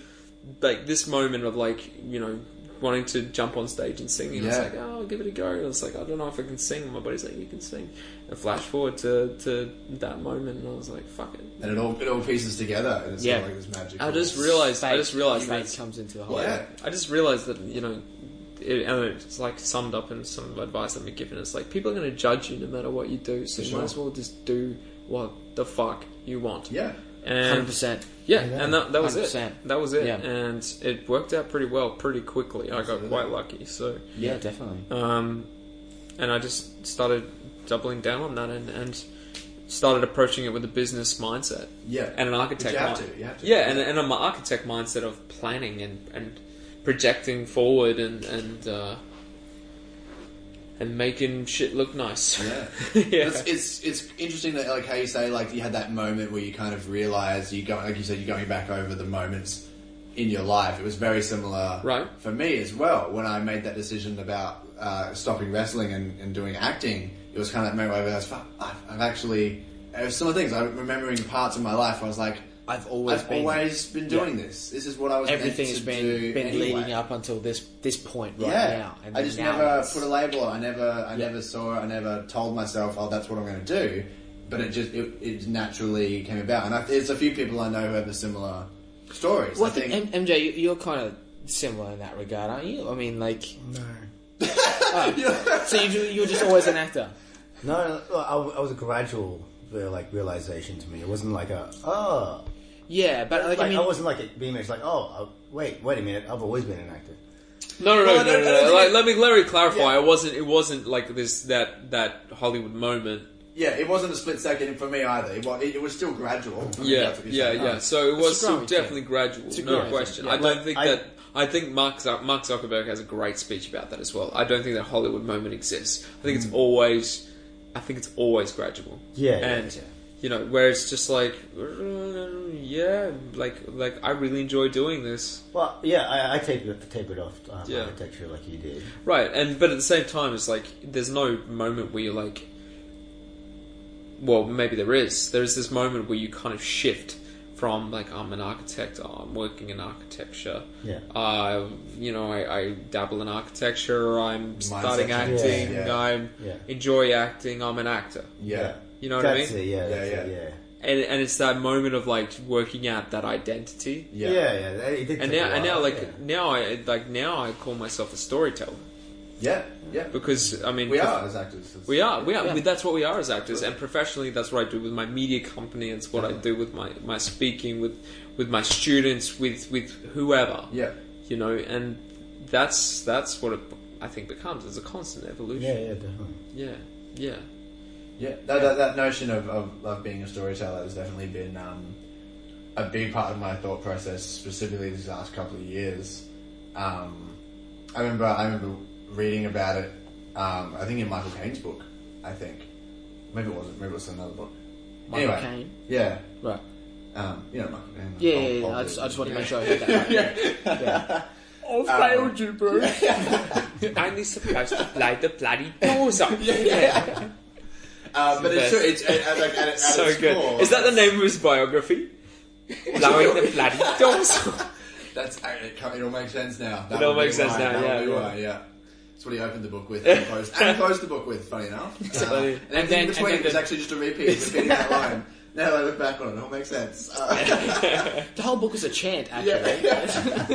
G: like this moment of like you know wanting to jump on stage and sing and it's
H: Yeah.
G: like oh I'll give it a go and it's like I don't know if I can sing my buddy's like you can sing and flash forward to, to that moment and I was like fuck it
H: And it all it all pieces together, and it's
F: Yeah.
H: yeah. like this magic.
G: I just realized I
F: Fate-
G: just realized
F: fate
G: that
F: comes into the whole.
H: yeah.
G: I just realized that you know it, and it's like summed up in some advice that been given. It's like people are going to judge you no matter what you do, so you might as well just do what the fuck you want.
H: Yeah.
G: and
F: 100%.
G: yeah, and that, that was it.
F: 100%.
G: That was it,
F: Yeah.
G: and it worked out pretty well, pretty quickly. I got quite lucky. So,
F: Yeah, definitely.
G: um, and I just started doubling down on that and, and started approaching it with a business mindset.
H: Yeah.
G: and an architect.
H: Which you have
G: mind-
H: to, you have to.
G: Yeah, and and an architect mindset of planning and and projecting forward and and. Uh, and making shit look nice.
H: Yeah.
G: yeah.
H: It's, it's it's interesting that like how you say like you had that moment where you kind of realized you go like you said you're going back over the moments in your life. It was very similar,
G: Right.
H: For me as well, when I made that decision about uh, stopping wrestling and, and doing acting, it was kind of that moment where I realized, fuck, I've, I've actually it was some of the things I'm remembering parts of my life. Where I was like,
F: I've always
H: I've
F: been-
H: always been doing this. This is what I was. meant
F: Everything
H: to
F: has been
H: do
F: been
H: anyway."
F: leading up until this this point right
H: yeah.
F: now.
H: I just
F: now
H: never
F: it's-
H: put a label. on it. I never, I never saw. it. I never told myself, "Oh, that's what I'm going to do." But it just, it, it naturally came about. And I, there's a few people I know who have a similar stories.
F: Well,
H: I think.
F: M- MJ, you- you're kind of similar in that regard, aren't you? I mean, like. No. so you, you were just always an actor.
I: No, no, no, I, I was a gradual uh, like realization to me. It wasn't like a oh,
F: Yeah, but like,
I: like I,
F: I mean,
I: wasn't like it being it's like oh I, wait wait a minute I've always been an actor.
G: No, no, no,
F: Well, I
G: no,
F: don't-
G: no.
F: I don't
G: no.
F: think
G: Like,
F: it-
G: let me let me clarify.
H: Yeah.
G: It wasn't. It wasn't like this. That that Hollywood moment.
H: yeah, it wasn't a split second for me either. It was, it, was still gradual. I mean,
G: Yeah,
H: that's what you're
G: yeah,
H: saying.
G: yeah. So it was
F: a
G: still
F: growing thing.
G: definitely gradual.
F: a
G: No
F: growing
G: question.
F: thing, yeah.
G: I don't
I: Like,
G: think
I: I-
G: that. I think Mark Zuck- Mark Zuckerberg has a great speech about that as well. I don't think that Hollywood moment exists. I think it's
F: Hmm.
G: always. I think it's always gradual.
I: Yeah, yeah,
G: and
I: yeah.
G: you know where it's just like, uh, yeah, like like I really enjoy doing this.
I: Well, yeah, I, I tape it tape it off um,
G: Yeah.
I: architecture like you did.
G: Right, and but at the same time, it's like there's no moment where you're like, well, maybe there is. There is this moment where you kind of shift from like I'm an architect, oh, I'm working in architecture.
I: Yeah.
G: Uh, you know, I, I dabble in architecture. I'm starting
H: section,
G: acting.
H: yeah, yeah.
G: I
I: Yeah.
G: enjoy acting. I'm an actor.
H: yeah.
G: You know what I
I: that's
G: mean?
I: It, yeah,
H: Yeah,
I: that's
H: yeah.
I: It, yeah.
G: And and it's that moment of like working out that identity.
I: Yeah, yeah, that- it did
G: And
I: take
G: now,
I: a
G: and now,
I: while,
G: like
I: yeah.
G: now, I like now I call myself a storyteller
H: yeah, yeah.
G: because I mean
H: We are as actors.
G: We are, we are. We, that's what we are as actors, and professionally, that's what I do with my media company. It's what I do with my, my speaking, with with my students, with with whoever.
H: Yeah.
G: you know, and that's that's what it, be- I think becomes. It's a constant
I: yeah,
G: evolution.
I: yeah, definitely.
G: Yeah, yeah, yeah.
H: Yeah, that, that, that notion of, of, of being a storyteller has definitely been um, a big part of my thought process, specifically these last couple of years. Um, I remember I remember reading about it. Um, I think in Michael Caine's book. I think maybe it wasn't. Maybe it was another book.
F: Michael
H: anyway,
F: Caine?
H: Yeah.
F: Right.
H: Um, you know, Michael Caine.
F: Yeah,
H: Bob-
F: yeah, yeah.
H: Bob
F: I just, I just wanted to make
H: Dylan.
F: sure I heard that right.
G: I
H: Um,
G: failed you, bro. I'm supposed to play the bloody doors up.
H: Uh, but it's true. It's at, at, like, at, at
G: so
H: its
G: good.
H: core-
G: Is that the name of his biography? Blowing the bloody doors up.
H: That's it. It all makes sense now. That
G: It all
H: would be
G: makes sense
H: why-
G: now,
H: that
G: yeah,
H: would be
G: yeah.
H: why, yeah. That's what he opened the book with, and closed, and closed the book with. Funny enough, uh,
G: funny.
H: and,
G: And then-
H: then
G: and
H: between
G: then
H: it was
G: the-
H: actually just a repeat, repeating that line. Now that I look back on it, it all makes sense. Uh,
F: The whole book was a chant, actually.
H: yeah, yeah.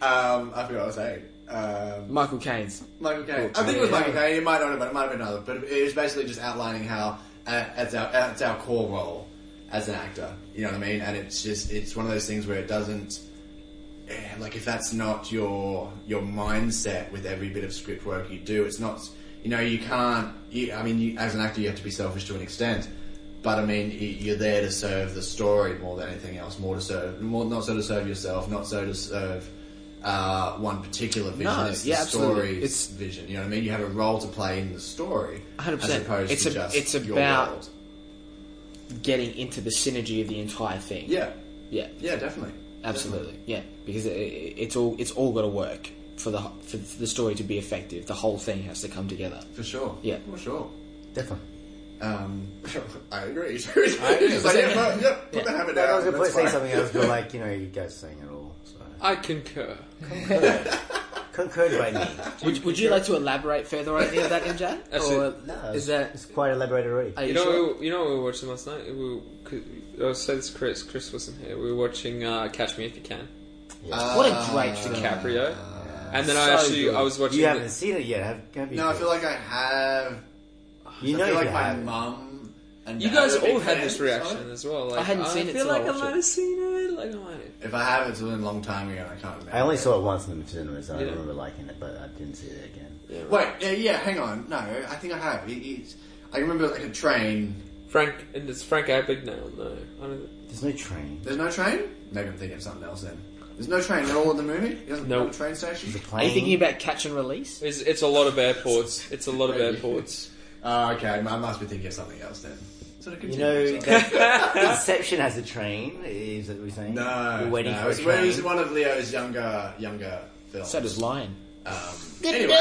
H: um, I forgot what I was saying. Um,
F: Michael Caine's.
H: Michael Caine. I think it was Michael Caine. It might not have been. It might have been another. But it was basically just outlining how uh, it's our it's our core role as an actor. You know what I mean? And it's just it's one of those things where it doesn't. eh, Like if that's not your your mindset with every bit of script work you do, it's not. You know, you can't. You, I mean, you, as an actor, you have to be selfish to an extent. But I mean, you- you're there to serve the story more than anything else. More to serve, more not so to serve yourself, not so to serve uh, one particular vision.
F: No,
H: it's the
F: yeah, absolutely.
H: story
F: It's-
H: vision. You know what I mean? You have a role to play in the story,
F: 100%.
H: as opposed
F: It's
H: to
F: a-
H: just
F: it's
H: your
F: about-
H: world.
F: Getting into the synergy of the entire thing.
H: Yeah,
F: Yeah.
H: yeah, definitely,
F: Absolutely. Yeah. Because it, it, it's all it's all got to work for the for the story to be effective. The whole thing has to come together.
H: Definitely. for sure.
F: Yeah.
H: for sure.
I: Definitely.
H: Um, I agree. It's like, yeah, no, yeah, put the hammer down.
I: I was going to
H: that's
I: say
H: fine.
I: something else, but like you know, you guys saying it all. So.
G: I concur.
I: Concurred by me.
F: Would, would you like to elaborate further on any of that, MJ?
G: Absolutely.
F: Or
I: No,
F: is that
I: it's quite elaborated already?
F: are you,
G: You know,
F: sure?
G: we, you know, what we were watching last night. We, were- I was saying this, to Chris. Chris wasn't here. We were watching uh, Catch Me If You Can.
F: what a great
G: DiCaprio.
F: Ah.
G: and then I actually I was watching.
I: You
G: the-
I: haven't seen it yet, have, have you?
H: No, I feel like I have.
I: you
H: I
I: know
H: feel
I: you
H: like my
I: have.
H: mum and
G: you
H: dad
G: guys
H: are big
G: all had
H: fans,
G: this reaction
H: so
G: as well. Like,
F: I hadn't seen it
G: feel
F: till I
G: like I
F: watched
G: might
F: it.
G: have seen it. Like I might. have-
H: If I have, it's been a long time ago. I can't remember.
I: I only saw it once in the cinemas, and I
G: Yeah.
I: remember liking it, but I didn't see it again.
H: Wait, yeah, yeah, hang on. No, I think I have. It, it's, I remember it was like a train.
G: Frank and it's Frank Abagnale. No, I don't.
I: There's no train.
H: There's no train. Maybe I'm thinking of something else then. There's no train at all in the movie. He doesn't
G: Nope.
H: have a train station.
I: There's a
F: Are
I: plane.
F: you thinking about catch and release?
G: It's, it's a lot of airports. It's a lot of
H: Maybe.
G: airports.
H: Oh, okay. I must be thinking of something else then. So to
I: you
H: continue,
I: know,
H: sorry.
I: that- Inception has a train. Is that what we're saying?
H: no,
I: we're waiting
H: no,
I: for a
H: it's, well,
I: train.
H: it's one of Leo's younger younger films.
F: So does Lion.
H: anyway,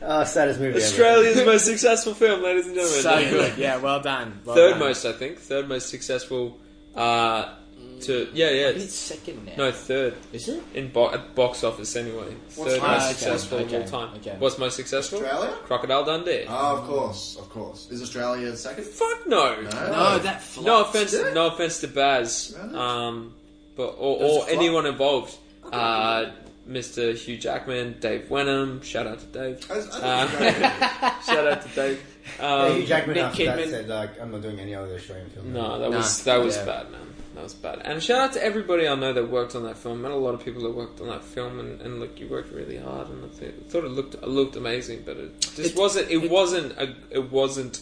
I: Oh, saddest movie
G: Australia's most successful film, ladies and gentlemen.
F: So good. Yeah, well done. Well
G: Third
F: done.
G: most, I think. Third most successful. Uh, to yeah, yeah.
F: It's second now.
G: No, third
F: Is it?
G: in bo- at box office anyway. Third
F: Ah,
G: most
F: okay,
G: successful
F: okay,
G: of all time.
F: okay.
G: What's most successful?
H: Australia?
G: Crocodile Dundee.
H: oh, of course, of course. Is Australia second?
G: Fuck no.
H: No.
F: No, Oh, that flopped.
G: No offense. No offense to Baz,
H: Really?
G: um, but or,
H: Does it
G: or
H: flop?
G: anyone involved. Uh, Mr. Hugh Jackman, Dave Wenham. Shout out to Dave.
H: I was- I
G: Uh,
H: don't know.
G: shout out to Dave.
I: ever.
G: Um,
I: Hugh Jackman
F: Nick
I: after that
F: Kidman.
I: said, like, I'm not doing any other Australian film.
G: No, that
F: Nah,
G: was that was
F: yeah.
G: bad, man. That was bad. And shout out to everybody I know that worked on that film. and a lot of people that worked on that film, and, and look, you worked really hard, and I thi- thought it looked it looked amazing, but it just wasn't. It, wasn't a it wasn't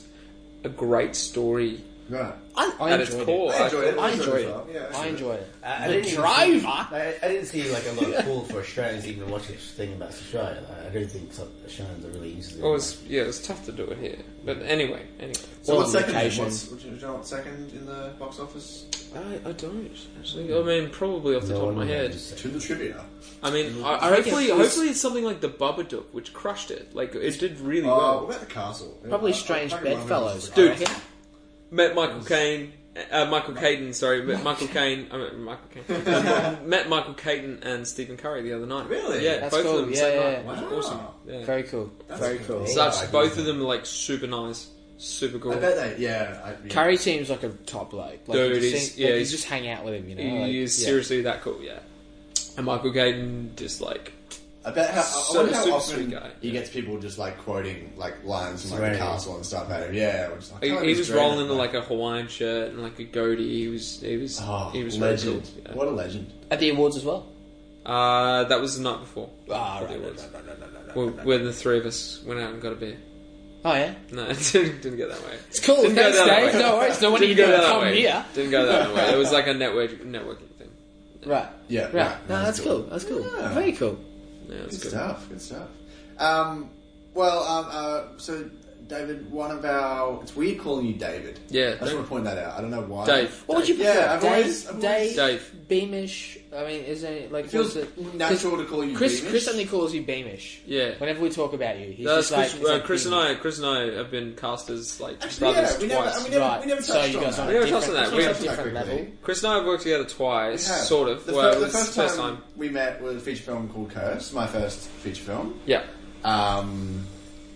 G: a great story
H: Right.
F: I, I
G: at its
F: enjoyed
G: core.
H: I enjoyed it.
F: I enjoyed
H: as well. Yeah,
F: it. I enjoyed it.
I: I, I
F: The
I: didn't even
F: driver?
I: see- I, I didn't see like a lot of pull for Australians even to watch this thing about Australia. Like, I don't think some Australians are really used to it.
G: It was yeah, it was tough to do it here. But anyway, anyway,
H: So
F: Well,
H: what's
F: on
H: second?
F: occasion.
H: What's, do you know what's second in the box office?
G: I, I don't actually. I mean, probably off the top of my head.
H: To the trivia.
G: I mean, Mm. I,
F: I reckon
G: hopefully,
F: it was-
G: hopefully it's something like the Babadook, which crushed it. Like it did really
H: Oh,
G: well.
H: what about the castle?
F: Probably
H: I- I- I
F: Strange
H: fucking love
F: Bedfellows.
H: it.
G: Dude.
F: I reckon.
G: Met Michael Caine. Uh, Michael Caden, sorry, met Michael Caine. I mean, Michael Caine. Um, met Michael Caden and Stephen Curry the other night.
H: Really?
G: Yeah,
F: That's
G: both
F: cool,
G: of them
F: yeah,
G: same
F: yeah,
G: night.
F: yeah.
G: It
H: Wow.
G: was awesome. Yeah.
F: Very cool. Very cool.
I: cool.
G: Such
I: Yeah, I
G: both of them like super nice, super cool.
H: I bet they, yeah. I, yeah.
F: Curry seems like a top bloke. Like,
G: Dude,
F: you just
G: he's-
F: think-
G: yeah,
F: like, you
G: he's-
F: just hang out with him, you know.
G: He
F: like,
G: is
F: yeah.
G: seriously that cool. Yeah. And Michael Caden just like
H: I bet how,
G: So
H: I wonder how
G: super
H: often
G: sweet guy.
H: he gets people just like quoting like lines from like
I: Right.
H: the castle and stuff at him. Yeah, which, I
G: he,
H: can't
G: he
H: even
G: was
H: dream
G: rolling
H: of,
G: in like a Hawaiian shirt and like a goatee. He was he was
H: oh,
G: he was really
H: legend.
G: cool, yeah.
H: What a legend!
F: At the awards as well.
G: Uh, that was the night before.
F: Ah,
G: Probably
F: right,
G: was. Where- Where the three of us went out and got a beer.
F: Oh, yeah.
G: No, it didn't, didn't go that way.
F: It's cool.
G: Didn't go
F: Thanks,
G: that
F: Dave.
G: way.
F: No worries. No wonder you
G: Didn't go
F: didn't
G: that
F: come
G: way.
F: here.
G: Didn't go that way. It was like a network networking thing.
F: Right.
H: Yeah,
F: Right.
H: right.
F: No, that's cool. That's cool.
H: Yeah.
F: Very cool.
G: Yeah, it was
H: Good
G: good.
H: stuff. Good stuff. Um, well, um, uh, so David, one of our it's weird calling you David.
G: Yeah,
H: I just
G: David.
H: want to point that out. I don't know why.
G: Dave.
F: What would you prefer?
H: Yeah, I've
F: Dave,
H: always- I've
F: Dave,
H: always-
G: Dave.
F: Beamish. I mean, is there any, like
H: It feels
F: what's it-
H: natural
F: Chris-
H: to call you
F: Chris,
H: Beamish.
F: Chris only calls you Beamish.
G: Yeah.
F: Whenever we talk about you, he's
G: No, it's
F: just like
G: Chris,
F: it's
G: uh,
F: like
G: Chris and
F: Beamish.
G: I. Chris and I have been cast as like
H: Actually,
G: brothers
H: yeah, we never,
G: twice.
H: and we never,
F: Right.
H: we never
F: So
H: touched
F: you
H: on
F: guys
H: that.
F: are-
G: We never touched on that.
F: Different-
G: We
F: on a
H: Touched on that
F: different
H: quickly.
F: level.
G: Chris and I have worked together twice,
H: We have.
G: sort of.
H: The,
G: well,
H: fir-
G: it
H: the
G: was
H: first,
G: the first
H: time,
G: time.
H: we met was a feature film called Curse, my first feature film.
G: Yeah.
H: Um,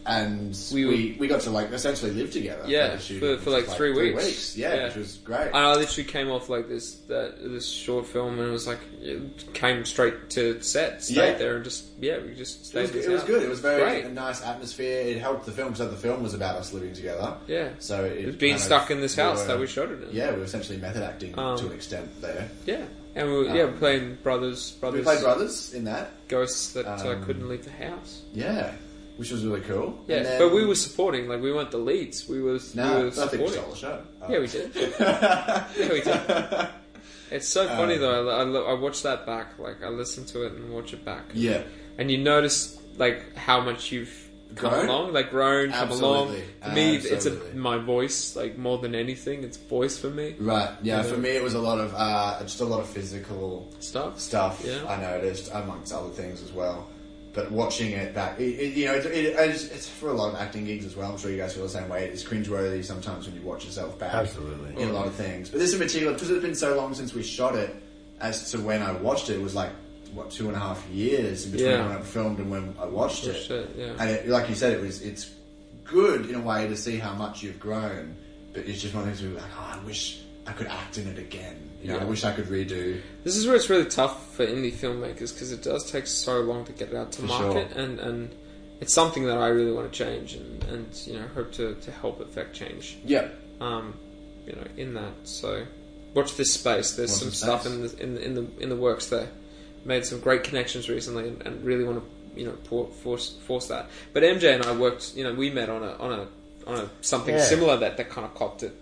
H: and
G: We
H: we,
G: were-
H: we got to like essentially live together.
G: Yeah,
H: for, the
G: for-
H: shoot,
G: for,
H: which
G: like,
H: was,
G: three weeks.
H: Yeah,
G: Yeah.
H: which was great.
G: I literally came off like this that this short film and it was like it came straight to set, stayed
H: Yeah.
G: there and just yeah, we just
H: it
G: stayed.
H: was,
G: this
H: it was
G: out.
H: good. It was very
G: Great.
H: a nice atmosphere. It helped the film because the film was about us living together.
G: Yeah.
H: So it,
G: It's being
H: kind of-
G: stuck in this
H: we
G: house
H: were-
G: that we shot it in.
H: Yeah, we were essentially method acting
G: Um,
H: to an extent there.
G: Yeah. And we were, yeah, we're playing brothers, brothers,
H: Um, We played brothers in that.
G: ghosts that uh,
H: Um,
G: couldn't leave the house.
H: Yeah, which was really cool. And
G: Yeah,
H: then-
G: but we were supporting. Like we weren't the leads. We were, we
H: No,
G: were
H: I think we
G: supporting.
H: stole the show.
G: Yeah, we did. yeah, we did. It's so funny
H: Um,
G: though. I, I, lo- I watched that back. Like I listened to it and watch it back.
H: Yeah.
G: and you notice like how much you've come
H: Grown?
G: along, like grown, come along.
H: Absolutely.
G: For me, it's a,
H: Absolutely.
G: my voice, like more than anything, it's voice for me.
H: Right. Yeah.
G: You know?
H: For me, it was a lot of uh, just a lot of physical
G: Stuff,
H: stuff.
G: Yeah,
H: I noticed amongst other things as well. But watching it back, it, it, you know, it, it, I just, it's for a lot of acting gigs as well. I'm sure you guys feel the same way. It's cringeworthy sometimes when you watch yourself back.
I: Absolutely.
H: In a lot of things. But this in particular, because it's been so long since we shot it, as to when I watched it, it was like what two and a half years in between
G: Yeah. Oh,
H: when I filmed and when I watched it.
G: Shit, yeah.
H: And it, like you said, it was it's good in a way to see how much you've grown, but it's just one of those where you're like, oh, I wish I could act in it again. You know, I wish I could redo.
G: This is where it's really tough for indie filmmakers because it does take so long to get it out to market, and, and it's something that I really want to change, and, and you know hope to, to help affect change.
H: Yeah.
G: Um, you know, in that, so watch this space. There's some
H: this
G: stuff
H: space.
G: in the in the, in the in the works there. Made some great connections recently, and, and really want to you know pour, force force that. But MJ and I worked. You know, we met on a on a on a something
I: Yeah.
G: similar that that kind of copped it.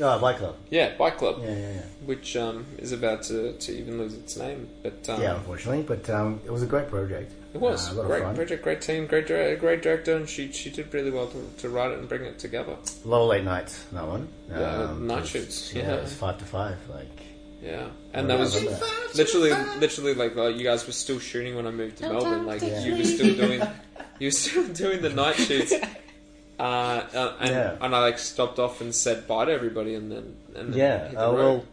I: Oh, Bike Club.
G: Yeah, bike club.
I: Yeah, yeah, yeah.
G: Which um, is about to, to even lose its name, but um,
I: Yeah, unfortunately, but um, it was a great project.
G: It was
I: Uh, a lot
G: great
I: of fun.
G: project, great team, great dir- great director, and she she did really well to, to write it and bring it together.
I: A lot of late nights. That one.
G: Yeah, night
I: 'cause,
G: shoots,
I: Yeah,
G: yeah.
I: it was five to five. Like
G: Yeah, and that was
I: remember
G: literally literally like uh, you guys were still shooting when I moved to Melbourne. Like
E: Yeah.
G: you were still doing you were still doing the night shoots. Uh, uh, and,
I: Yeah.
G: and I like stopped off and said bye to everybody, and then and then
I: Yeah.
G: hit the
I: Uh,
G: road.
I: well,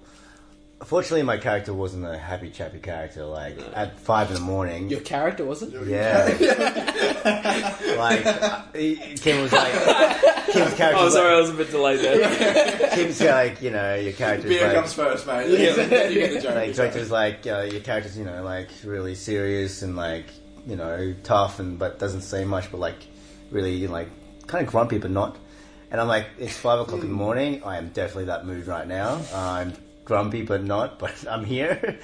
I: fortunately, my character wasn't a happy chappy character. Like at five in the morning.
F: Your character wasn't.
I: yeah. like uh, he- Kim was like Kim's character.
G: oh
I: was
G: sorry, I was a bit delayed there.
I: Like, Kim's like you know your character's
H: Beer
I: like,
H: comes first, mate. Yeah. you get the joke.
I: like director's like uh, your character's you know like really serious and like you know tough and but doesn't say much but like really like kind of grumpy but not and i'm like it's five o'clock in
G: Hmm.
I: the morning i am definitely that mood right now i'm grumpy but not but i'm here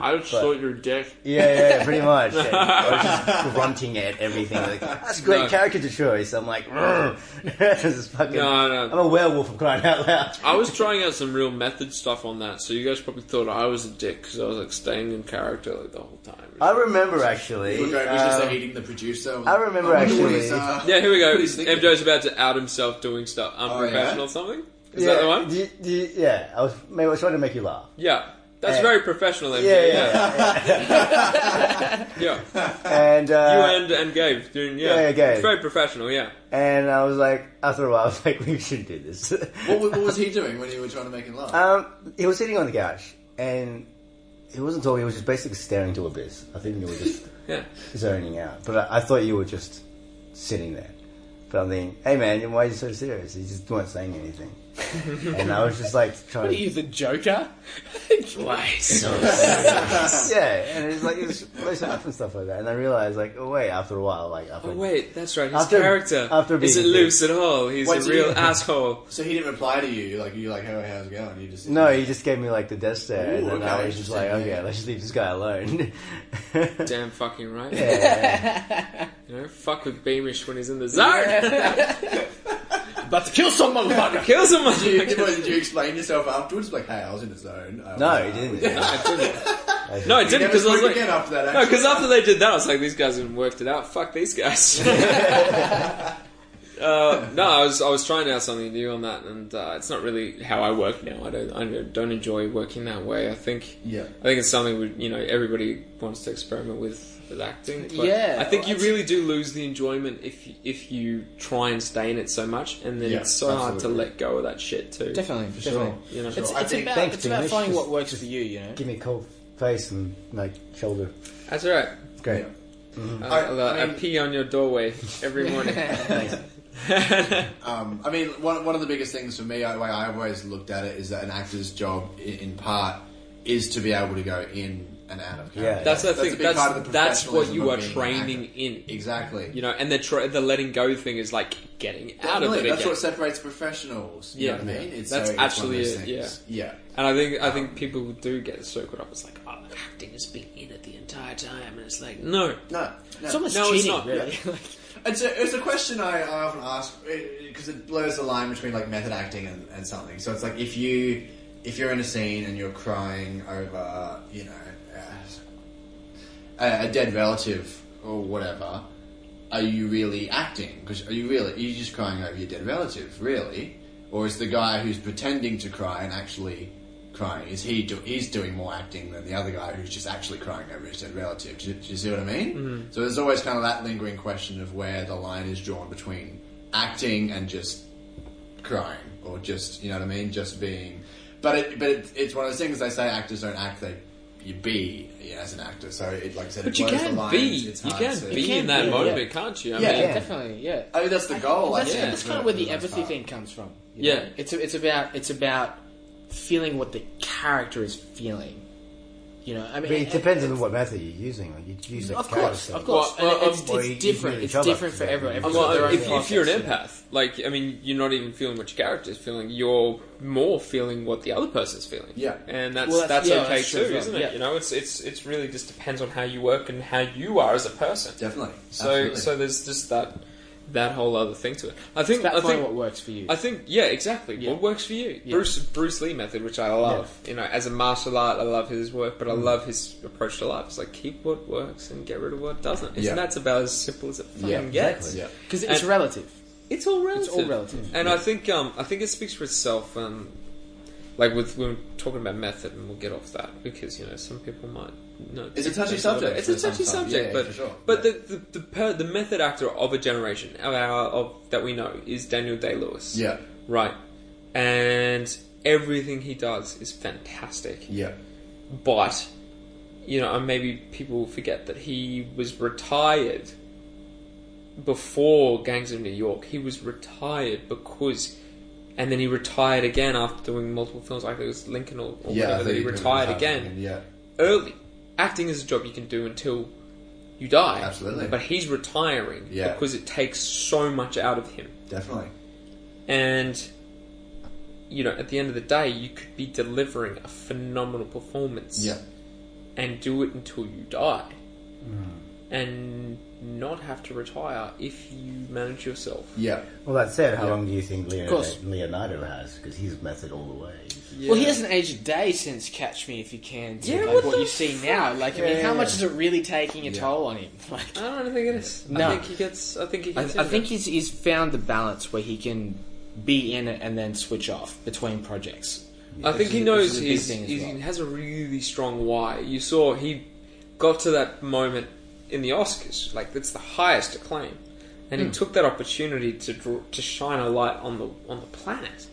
G: I just thought you were dead.
I: yeah yeah pretty much And i was just grunting at everything like that's a great
G: No.
I: character to choice i'm like "Rrr." this is fucking
G: No, no.
I: i'm a werewolf i'm crying out loud
G: I was trying out some real method stuff on that, so you guys probably thought I was a dick because I was like staying in character like the whole time.
I: i remember actually
H: It was just
I: um,
H: like eating the producer.
I: I remember
H: I wonder what
I: actually-
H: he's, uh,
G: Yeah, here we go.
H: what he's thinking.
G: MJ's about to out himself doing stuff unprofessional
H: yeah?
G: something. Is that the one?
I: do you- do you- yeah, I was maybe I was trying to make you laugh.
G: Yeah. That's
I: Yeah.
G: very professional, MJ.
I: Yeah,
G: Yeah.
I: yeah,
G: yeah.
I: and
G: You
I: uh,
G: and, and Gabe doing, yeah.
I: Yeah, yeah, Gabe.
G: It's very professional, yeah.
I: and I was like, after a while, I was like, we should do this.
H: what, wa- what was he doing when you were trying to make him laugh?
I: um, he was sitting on the couch and he wasn't talking. He was just basically staring into abyss. I think you were just
G: Yeah.
I: zoning out, but I, I thought you were just sitting there. But I'm thinking, hey man, why are you so serious? You just weren't saying anything, and I was just like trying.
F: What
I: to
F: are you, the Joker? Twice.
I: Yeah, and it was like it was close up and stuff like that. And I realized, like, oh wait, after a while, like after
G: Oh, wait, that's right. His
I: After-
G: character
I: after being
G: isn't
I: a dick.
G: loose at all. He's
H: Wait,
G: a
H: so
G: real
H: you-
G: asshole.
H: so he didn't reply to you. Like you, like, oh, how's it going? You just
I: No, he just gave me like the death stare, and
H: Ooh,
I: then
H: okay,
I: I was just like,
H: interesting.
I: okay, let's just leave this guy alone.
G: Damn fucking right.
I: Yeah.
G: You know, fuck with Beamish when he's in the zone.
F: About to kill some motherfucker.
G: Kill someone.
H: Did you, did you explain yourself afterwards? Like, hey, I was in the zone. I was- uh,
I: no, he didn't.
G: No, it
H: You
G: didn't
H: never
G: because I was
H: spoke
G: like,
H: again after that.
G: No,
H: Actually.
G: because after they did that, I was like, these guys haven't worked it out. Fuck these guys. uh, no, I was I was trying out something new on that, and uh, it's not really how I work now. I don't I don't enjoy working that way. I think
H: Yeah.
G: I think it's something we you know everybody wants to experiment with with acting. But
F: Yeah,
G: I think
F: well,
G: you
F: that's-
G: really do lose the enjoyment if you, if you try and stay in it so much, and then
H: Yeah,
G: it's so hard to
H: absolutely.
G: let go of that shit too.
F: Definitely,
H: For
F: definitely.
H: sure.
G: You know?
F: It's,
H: I
F: it's
H: think-
F: about,
I: thanks,
F: it's about
I: Beamish.
F: finding what works for you, you know?
I: Give me a cold face and like shoulder.
G: That's all right.
I: It's great.
G: I'll,
H: I-
G: I'll,
H: I
G: uh,
H: mean-
G: I pee on your doorway every morning.
H: Um, I mean, one, one of the biggest things for me, I- the way I always looked at it, is that an actor's job, i- in part, is to be able to go in and out of character.
I: Yeah.
G: That's the
H: a
G: thing.
H: big part
G: That's
H: of the
G: that's what you are
H: professionalism of being an
G: training
H: actor.
G: in.
H: Exactly.
G: You know, and the tra- the letting go thing is like getting out of it
H: Really, that's
G: again.
H: what separates professionals. You
G: Yeah.
H: know what I mean?
G: Yeah.
H: It's
G: That's
H: so, it's one of
G: absolutely
H: those
G: it,
H: things. Yeah.
G: and I think I
H: Um,
G: think people do get so caught up. It's like, oh, acting has been in it the entire time, and it's like, no,
H: No, no.
F: It's almost
G: No, it's
F: cheating,
G: not.
F: really.
H: It's a, it's a question I, I often ask because it blurs the line between like method acting and, and something. So it's like if you if you're in a scene and you're crying over you know uh, a, a dead relative or whatever, are you really acting? Because are you really are you just crying over your dead relative really, or is the guy who's pretending to cry and actually crying is he do, he's doing more acting than the other guy who's just actually crying over his dead relative? Do, you- do you see what I mean?
G: Mm-hmm.
H: So there's always kind of that lingering question of where the line is drawn between acting and just crying or just you know what I mean, just being. But it, but it, it's one of those things they say actors don't act; they you be you know, as an actor. So it like I said, it
G: but you
H: blurs
G: can
H: the lines.
G: be,
H: It's
G: you
H: hard
G: can
H: to-
G: be
F: can
G: in that
F: be,
G: moment,
F: yeah.
G: can't you? I
H: Yeah.
G: mean,
I: Yeah.
F: Definitely, yeah.
H: I mean, that's the goal. I
F: That's,
H: think,
F: that's
H: for-
F: kind of where
H: for
F: the
H: most
F: empathy
H: part.
F: thing comes from. you
G: Yeah.
F: know? it's it's about it's about feeling what the character is feeling. You know, I mean,
I: But it
F: and-
I: depends
F: and-
I: on what method you're using. Like you use a
F: Of
I: character
F: course,
I: thing.
F: of course,
G: Well,
F: and
G: um,
F: it's,
I: or
F: it's
I: you- you
F: different.
I: each
F: It's
I: other.
F: different for everyone.
I: Yeah.
F: Everyone's got their
G: Well,
F: own
G: if, if
F: process.
G: you're an empath, like I mean, you're not even feeling what your character is feeling. You're more feeling what the other person's feeling.
H: Yeah.
G: and that's
F: Well, that's-
G: that's,
F: yeah,
G: okay
F: that's
G: too,
F: true as well,
G: isn't it?
F: yeah.
G: You know, it's it's it's really just depends on how you work and how you are as a person.
H: Definitely.
G: So
H: Absolutely.
G: so there's just that that whole other thing to it. I think
F: That
G: I
F: find
G: think
F: what works for you.
G: I think yeah, exactly.
F: Yeah.
G: What works for you, Bruce Bruce Lee method, which I love. You know, as a martial art, I love his work,
F: Mm.
G: but I love his approach to life. It's like keep what works and get rid of what doesn't. Isn't
H: Yeah.
G: that's about as simple as it fucking
H: Yeah,
G: gets?
H: exactly. Yeah.
F: because it's
G: and-
F: relative.
G: It's all relative.
F: all relative.
G: And I think um, I think it speaks for itself. Um, like with we were talking about method, and we'll get off that because you know some people might. know.
H: It's a touchy subject
G: It's a
H: for
G: touchy
H: some time.
G: subject,
H: Yeah,
G: but
H: for sure.
G: but the the the, per, the method actor of a generation of, our, of that we know is Daniel Day Lewis.
H: Yeah.
G: Right. And everything he does is fantastic
H: Yeah.
G: but you know, and maybe people forget that he was retired before Gangs of New York. He was retired because, and then he retired again after doing multiple films. I think it was Lincoln or, or
H: Yeah. I
G: whatever. That
H: think
G: he
H: you can
G: retired
H: retire
G: again
H: from it, Yeah.
G: early. Acting is a job you can do until you die.
H: Absolutely.
G: But he's retiring
H: Yeah.
G: because it takes so much out of him
H: Definitely.
G: and you know at the end of the day you could be delivering a phenomenal performance
H: Yeah.
G: and do it until you die
F: Hmm.
G: and not have to retire if you manage yourself
H: Yeah.
I: Well, that said, how
H: Yeah.
I: long do you think Leonardo,
F: course.
I: Leonardo has? Because he's method all the way.
F: Well, he hasn't aged a day since Catch Me If You Can. To,
G: Yeah,
F: like
G: what
F: what,
G: the
F: you see now. Like, I mean,
I: Yeah,
F: how
I: yeah,
F: much
I: yeah.
F: is it really taking a toll on him? Like,
G: I don't think it is
F: No.
G: I think he gets I think he
F: I,
G: gets
F: I
G: in
F: think
G: there.
F: he's, he's found the balance where he can be in it and then switch off between projects.
G: I think he
F: Which is- which
G: knows
F: is a big
G: he's,
F: thing as
G: he's,
F: well.
G: he has a really strong why. You saw he got to that moment in the Oscars, like that's the highest acclaim, and he took that opportunity to draw, to shine a light on the on the planet,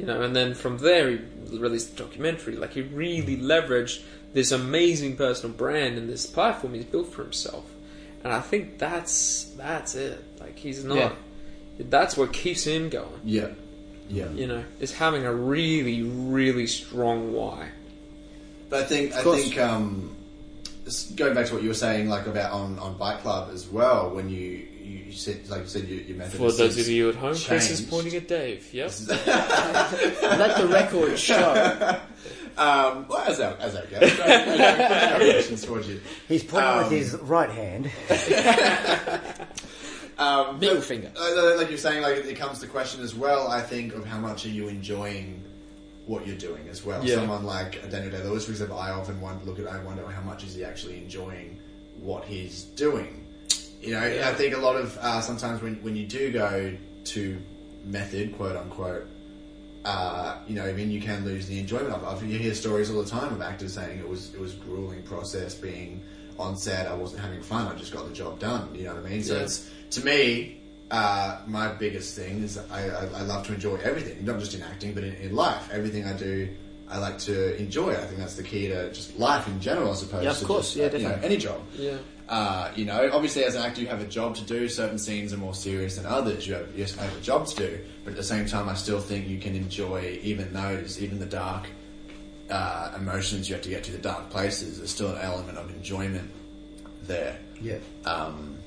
G: you know. And then from there, he released the documentary. Like he really leveraged this amazing personal brand and this platform he's built for himself. And I think that's that's it. Like he's not.
F: Yeah.
G: That's what keeps him going
H: Yeah. Yeah.
G: you know, is having a really, really strong why.
H: But I think I
F: course.
H: think um, s- going back to what you were saying, like about on on Bike Club as well, when you you said like you said your, your method.
G: For
H: has
G: those
H: since-
G: of you at home, Chris is
H: changed.
G: pointing at Dave. Yep.
F: Let the record show.
H: um, well, as that as that goes, no, no, no, no questions towards you.
I: He's pointing
H: Um,
I: with his right hand.
H: Um,
F: Middle
H: but,
F: Oh, finger.
H: uh, Like, you're saying, like it comes to question as well. I think of how much are you enjoying what you're doing as well.
G: Yeah.
H: Someone like Daniel Day Lewis, for example, I often wonder, look at. I wonder how much is he actually enjoying what he's doing. You know, I think a lot of uh, sometimes when when you do go to method, quote unquote. Uh, you know, I mean, you can lose the enjoyment of it. You hear stories all the time of actors saying it was it was a grueling process being on set. I wasn't having fun. I just got the job done. You know what I mean? So
G: Yeah.
H: it's to me, uh, my biggest thing is I, I, I love to enjoy everything, not just in acting, but in, in life. Everything I do, I like to enjoy. I think that's the key to just life in general, I suppose.
F: Yeah, of
H: to
F: course.
H: just,
F: Yeah,
H: uh, you know,
F: definitely.
H: any job.
G: Yeah.
H: Uh, you know, obviously as an actor, you have a job to do. Certain scenes are more serious than others. You have, you have a job to do, but at the same time, I still think you can enjoy even those, even the dark uh, emotions you have to get to the dark places. There's still an element of enjoyment there.
I: yeah.
H: Um,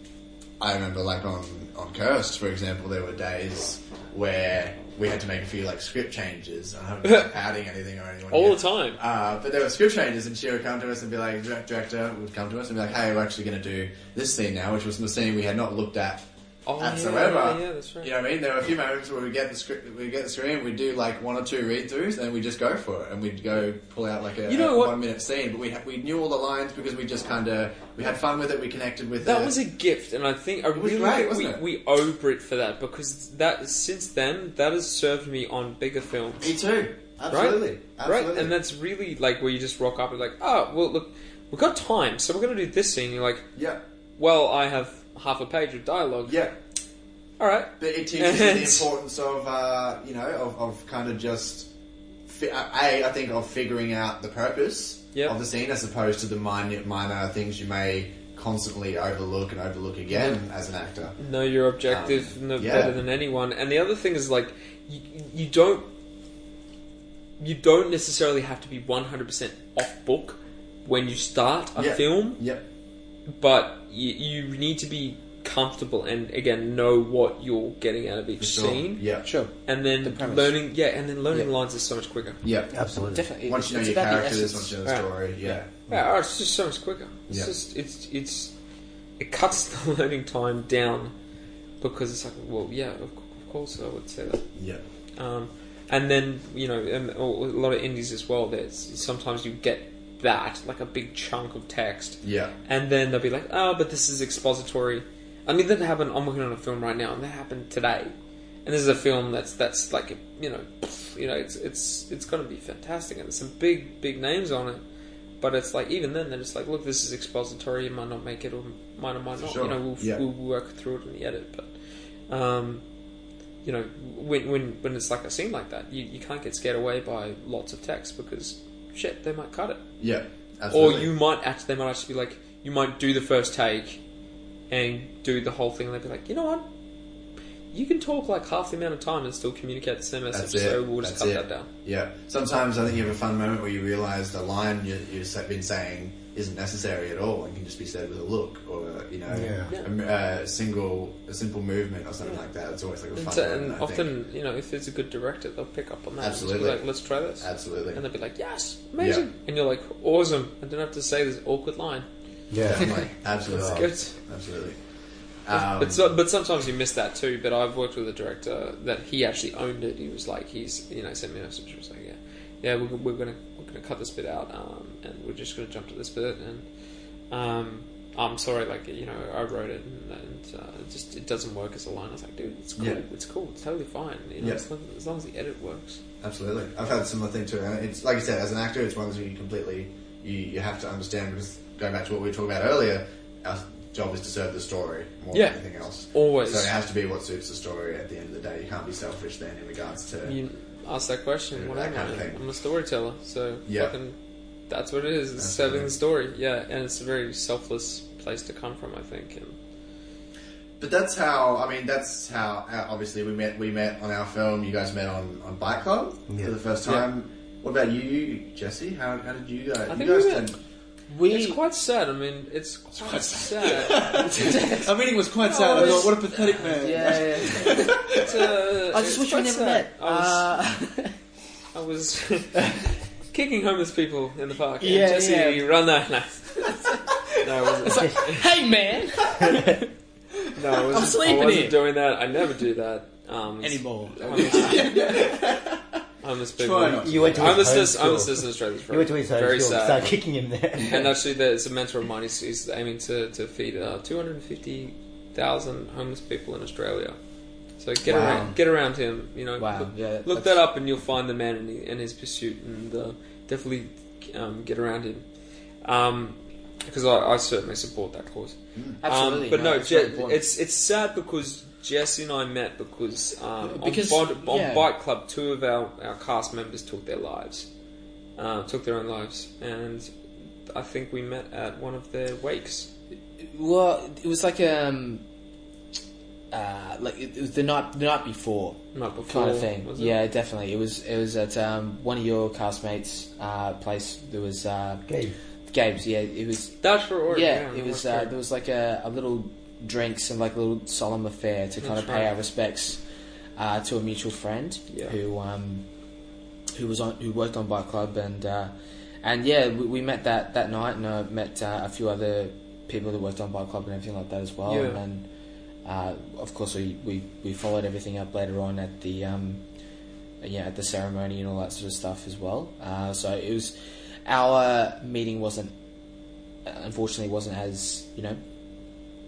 H: I remember, like on on Cursed, for example, there were days where we had to make a few like script changes. I don't know if I'm padding anything or anyone
G: All
H: yet.
G: the time.
H: Uh, but there were script changes, and she would come to us and be like, direct- director would come to us and be like, hey, we're actually going to do this scene now, which was the scene we had not looked at
G: Oh,
H: whatsoever.
G: yeah, yeah, that's right.
H: You know what I mean? There were a few moments where we get the script, we get the screen, we do like one or two read throughs, and we just go for it, and we'd go pull out like a,
G: You know what?
H: one minute scene, but we ha- we knew all the lines because we just kind of we had fun with it, we connected with it.
G: That was a gift, and I think I
H: was
G: really
H: great,
G: think
H: wasn't
G: we, we owe Brit for that because that since then that has served me on bigger films.
H: Me too.
G: right?
H: Absolutely. Absolutely.
G: Right, and that's really like where you just rock up and like, oh, well, look, we've got time, so we're going to do this scene. You're like,
H: yeah,
G: well, I have half a page of dialogue.
H: yeah.
G: All right.
H: But it teaches you
G: And-
H: the importance of uh, you know of, of kind of just fi- uh, a I think of figuring out the purpose
G: Yep.
H: of the scene as opposed to the minute minor things you may constantly overlook and overlook again as an actor.
G: know your objective
H: Um,
G: no
H: yeah.
G: better than anyone. And the other thing is like you, you don't you don't necessarily have to be 100% off book when you start a
H: Yeah.
G: film,
H: Yep.
G: but you, you need to be comfortable and again know what you're getting out of each scene.
H: Yeah.
F: Sure.
G: And then
F: premise.
G: learning, yeah, and then learning lines is so much quicker.
H: Yep.
I: Absolutely.
F: Definitely.
H: Once you know
F: it's
H: your
F: about the
H: characters,
F: essence.
H: once you know
G: Right.
H: the story, yeah.
G: Yeah, oh, it's just so much quicker. It's
H: Yeah.
G: just it's it's it cuts the learning time down because it's like, well, yeah, of, cou- of course I would say that.
H: Yeah.
G: Um, and then you know, um, a lot of indies as well. There's sometimes you get that like a big chunk of text,
H: Yeah.
G: and then they'll be like, "Oh, but this is expository." I mean, that happened. I'm working on a film right now, and that happened today. And this is a film that's that's like you know, you know, it's it's it's going to be fantastic, and there's some big big names on it. But it's like even then they're just like, look, this is expository. It might not make it, or might or might not.
H: Sure,
G: You know, we'll,
H: yeah.
G: we'll work through it in the edit. But um, you know, when when when it's like a scene like that, you, you can't get scared away by lots of text because shit, they might cut it.
H: Yeah.
G: Or
H: Absolutely.
G: you might actually, they might actually be like, you might do the first take and do the whole thing, and they'd be like, you know what? You can talk like half the amount of time and still communicate the same message,
H: That's it.
G: so we'll just
H: That's
G: cut
H: it.
G: that down.
H: Yeah. Sometimes I think you have a fun moment where you realise the line you, you've sa- been saying isn't necessary at all and can just be said with a look or you know
I: Yeah.
H: a m- a, single a simple movement or something like that. It's always like a
G: And,
H: fun
G: so-
H: moment.
G: and
H: I
G: often, you know, if there's a good director, they'll pick up on that. and just be
H: Absolutely.
G: like, let's try this.
H: think. absolutely.
G: And they'll be like, yes, amazing. And you're like, awesome. I don't have to say this awkward line.
I: Yeah.
H: Definitely. absolutely.
G: It's
H: Absolutely. Um,
G: but so, but sometimes you miss that too. But I've worked with a director that he actually owned it. He was like, he's you know sent me a message. He was like, yeah, yeah, we're, we're gonna we're gonna cut this bit out, um, and we're just gonna jump to this bit. And um, I'm sorry, like you know, I wrote it, and, and uh, it just it doesn't work as a line. I was like, dude, it's cool,
H: Yeah.
G: it's cool, it's totally fine. You know,
H: Yeah.
G: as, long, as long as the edit works.
H: Absolutely, I've had a similar thing too. And it's like you said, as an actor, it's one thing you completely you, you have to understand because going back to what we were talking about earlier, our job is to serve the story more
G: Yeah.
H: than anything else.
G: Always.
H: so it has to be what suits the story. At the end of the day, you can't be selfish then in regards to
G: You ask that question,
H: Yeah,
G: what
H: that
G: am
H: kind
G: I?
H: of thing.
G: I'm a storyteller, so
H: Yeah.
G: fucking, that's what it is. It's serving the story, yeah, and it's a very selfless place to come from, I think. And
H: But that's how I mean. That's how uh, obviously we met. We met on our film. You guys met on on Bike Club for the first time. What about you, Jesse? How, how did you guys?
G: think
H: you
G: we
H: guys
G: met-
H: did-
G: It's quite sad. I mean, it's quite, sad.
F: I mean, it was quite sad. I thought, what a pathetic man.
J: Yeah.
G: It's, uh,
J: I just
G: it's
J: wish we
G: quite
J: never
G: sad.
J: met.
G: I was,
J: Uh,
G: I was kicking homeless people in the park. and
J: Yeah,
G: Jesse,
J: yeah.
G: you run that. No, no, I wasn't.
J: hey, man.
G: no, I wasn't,
J: I'm sleeping
G: I wasn't
J: here.
G: doing that. I never do that. Um, it's-
J: Anymore.
G: Homeless, homeless people.
H: Try not to.
I: You went to his
G: Homelessness,
I: home school.
G: homelessness in Australia is
I: You went to his home
G: very
I: school and
G: sad.
I: started kicking him there.
G: And actually, there's a mentor of mine who's, who's aiming to, to feed uh, 250,000 homeless people in Australia. So get
H: Wow.
G: around, get around him. You know,
F: Wow,
G: look,
F: yeah,
G: look
F: that's-
G: that up, and you'll find the man in, in his pursuit, and uh, definitely um, get around him. Because I, I certainly support that cause.
F: Absolutely,
G: um, but
F: no,
G: no,
F: it's
G: it's,
F: very important.
G: it's it's sad because Jesse and I met because, um,
F: Because-
G: on, bod, on
F: yeah.
G: Bike Club, two of our, our cast members took their lives uh, took their own lives, and I think we met at one of their wakes.
F: Well, it was like um, uh, like it, it was the night the night before,
G: Night before,
F: kind of thing.
G: was it?
F: yeah, definitely. It was it was at um, one of your castmates' uh, place. There was uh,
I: Gabe.
F: Gabe's. Yeah, it was.
G: That's for Oregon.
F: Yeah, it was. Uh, there was like a, a little drinks and like a little solemn affair to kind
G: That's
F: of pay
G: right.
F: our respects uh, to a mutual friend
G: Yeah.
F: who um, who was on who worked on Bike Club and uh, and yeah, we, we met that that night and I met uh, a few other people that worked on Bike Club and everything like that as well.
G: Yeah.
F: And then, uh, of course, we, we, we followed everything up later on at the um, yeah at the ceremony and all that sort of stuff as well. Uh, so it was our meeting wasn't unfortunately wasn't as you know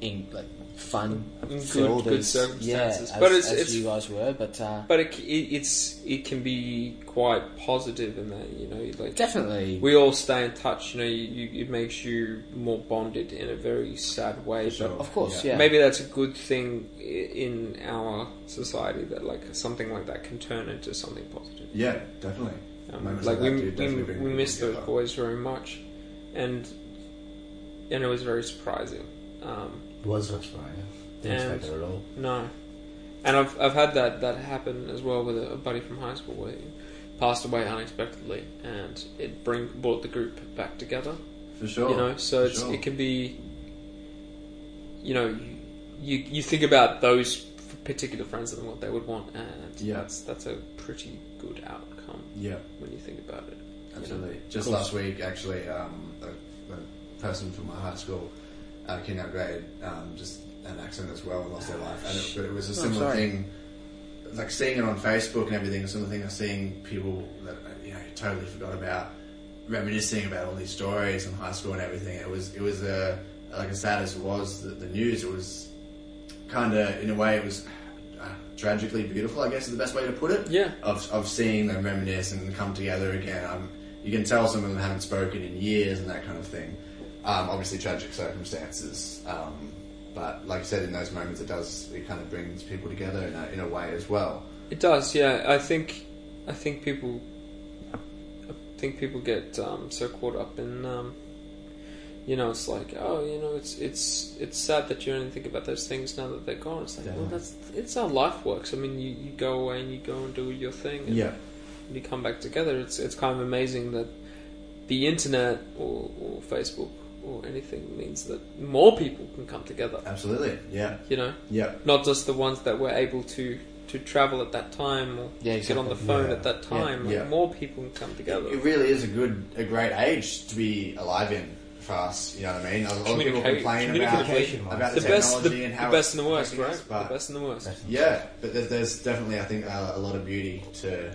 F: in like fun
G: In
F: filled
G: good- good
F: as,
G: circumstances.
F: yeah,
G: But
F: as, as
G: it's- it's-
F: you guys were but uh,
G: but it, c- it, it's it can be quite positive in that you know like
F: definitely
G: we all stay in touch. You know, you, you, it makes you more bonded in a very sad way.
H: sure.
G: But
F: of course yeah,
G: maybe that's a good thing i- in our society that like something like that can turn into something positive.
H: Yeah, definitely.
G: Um,
H: Moments
G: like we,
H: that do
G: we,
H: definitely bring
G: we
H: people
G: missed those
H: together.
G: boys very much, and and it was very surprising. Um,
I: was us, right? Didn't expect
G: And-
I: that at all.
G: no, and I've I've had that that happen as well with a, a buddy from high school where passed away unexpectedly, and it bring brought the group back together.
H: For sure.
G: You know, so it's,
H: Sure.
G: it can be. You know, you you think about those particular friends and what they would want, and
H: Yeah.
G: that's that's a pretty good outcome
H: Yeah.
G: when you think about it. you know?
H: Absolutely. Just last week, actually, um, a, a person from my high school, uh, kidnapped grade, um, just an accident as well and lost their life. And it, but it
G: Oh,
H: was a similar
D: sorry.
H: thing. It's Like seeing it on Facebook and everything, a similar thing of seeing people that you know totally forgot about, reminiscing about all these stories in high school and everything. It was it was a like as sad as it was the, the news. It was kind of in a way it was uh, tragically beautiful. I guess is the best way to put it.
G: Yeah.
H: Of of seeing them reminisce and come together again. Um, you can tell some of them haven't spoken in years and that kind of thing. Um, obviously tragic circumstances. Um, but like I said, in those moments, it does it kind of brings people together in a, in a way as well.
G: It does, yeah. I think, I think people, I think people get um, so caught up in, um, you know, it's like, oh, you know, it's it's it's sad that you only think about those things now that they're gone. It's like, well, that's it's how life works. I mean, you, you go away and you go and do your thing. And when you come back together, it's it's kind of amazing that the internet or, or Facebook or anything means that more people can come together.
H: absolutely. Yeah,
G: You know,
H: yeah,
G: not just the ones that were able to to travel at that time or
D: Yeah,
G: get on the
D: exactly.
G: phone
H: Yeah.
G: at that time.
H: Yeah.
G: Like, More people can come
H: It
G: together.
H: really is a good, a great age to be alive in for us. You know what I mean? A lot of people
G: Communicate-
H: complain about,
G: communication
I: wise.
H: about
G: The
H: the,
G: best, the,
H: technology and
G: the
H: how
G: best
H: it's
G: and the worst,
H: affecting
G: right?
H: us, but-
G: The best and the worst.
H: Yeah, but there- there's definitely, I think, uh, a lot of beauty to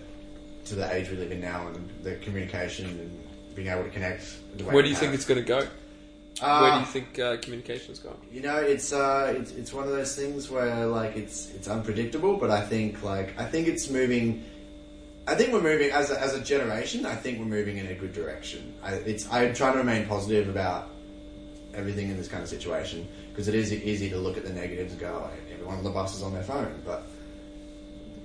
H: to the age we live in now and the communication and being able to connect. The way
G: Where
H: we
G: do you
H: have.
G: think it's going to go? Where do
H: Ah.
G: you think uh, communication's going?
H: You know, it's uh, it's it's one of those things where like it's it's unpredictable, but I think like I think it's moving. I think we're moving as a, as a generation. I think we're moving in a good direction. I, it's I try to remain positive about everything in this kind of situation because it is e-, easy to look at the negatives and go, oh, everyone on the bus is on their phone, but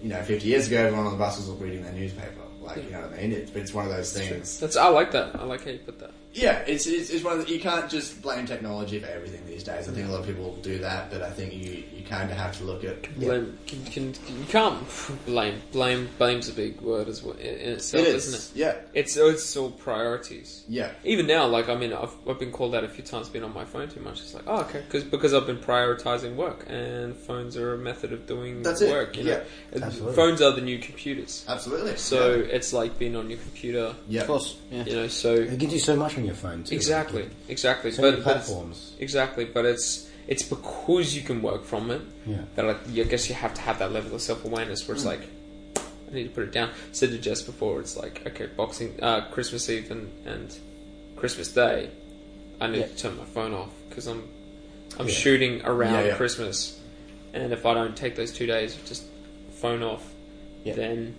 H: you know, 50 years ago, everyone on the bus was reading their newspaper. Like, you know what I mean? It's, but it's one of those things.
G: That's I like that. I like how you put that.
H: Yeah, it's, it's, it's one of the, you can't just blame technology for everything these days. I think a lot of people do that, but I think you, you kind of have to look at
G: Blame can, can, you can't blame blame blame's a big word as well in, in itself,
H: It
G: isn't
H: is,
G: it?
H: yeah,
G: It's oh, it's all priorities.
H: yeah,
G: Even now, like I mean, I've, I've been called out a few times, being on my phone too much. It's like, oh, okay, cause, because I've been prioritizing work, and phones are a method of doing
H: That's it,
G: work. You know, And
I: Absolutely.
G: phones are the new computers.
H: absolutely.
G: So it's like being on your computer.
H: yeah,
D: Of course. Yeah.
G: You know, so
I: It gives you so much on your phone too.
G: exactly, exactly.
I: So
G: but
I: many
G: but it's-
I: platforms.
G: exactly, but it's it's because you can work from it
I: Yeah.
G: that like, you- I guess you have to have that level of self awareness where it's like. I need to put it down. Said to Jess before, it's like okay, boxing, uh, Christmas Eve and, and Christmas Day. I need
D: Yeah.
G: to turn my phone off because I'm I'm
I: Yeah.
G: shooting around
H: Yeah, yeah.
G: Christmas, and if I don't take those two days of just phone off,
D: Yeah.
G: then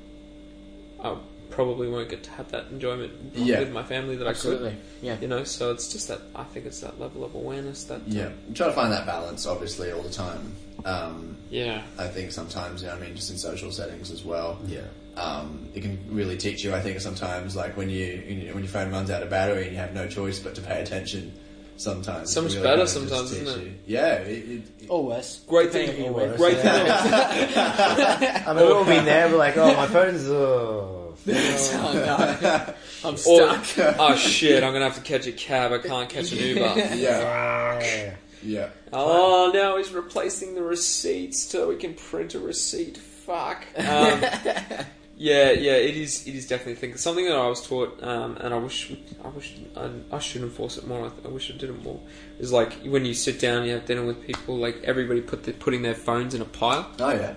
G: I probably won't get to have that enjoyment
H: Yeah.
G: with my family that
D: Absolutely. Yeah.
G: I could. You know, so it's just that I think it's that level of awareness that
H: yeah. I'm trying to find that balance, obviously, all the time. Um,
G: yeah.
H: I think sometimes, you know, I mean, just in social settings as well.
I: Yeah.
H: Um, it can really teach you. I think sometimes, like when you, you know, when your phone runs out of battery and you have no choice but to pay attention. Sometimes
G: So
H: it
G: much
H: really
G: better
H: kind of just
G: sometimes,
H: teach
G: isn't it?
H: You. Yeah, it, it,
D: Or worse.
G: Great thing,
D: Depending on who you
G: great
D: were.
G: thing.
I: I mean, we've all been there. We're like, oh, my phone's off.
D: Oh, no. I'm
G: Or,
D: stuck.
G: oh shit! I'm gonna have to catch a cab. I can't catch an Uber.
H: yeah,
I: Yeah.
H: yeah.
G: Oh, now he's replacing the receipts so we can print a receipt. Fuck. Um, yeah, yeah, it is. It is definitely a thing. Something that I was taught, um, and I wish, I wish, I, I should enforce it more. I, th- I wish I did it more. Is like when you sit down, you have dinner with people. Like everybody put the, putting their phones in a pile.
H: Oh yeah.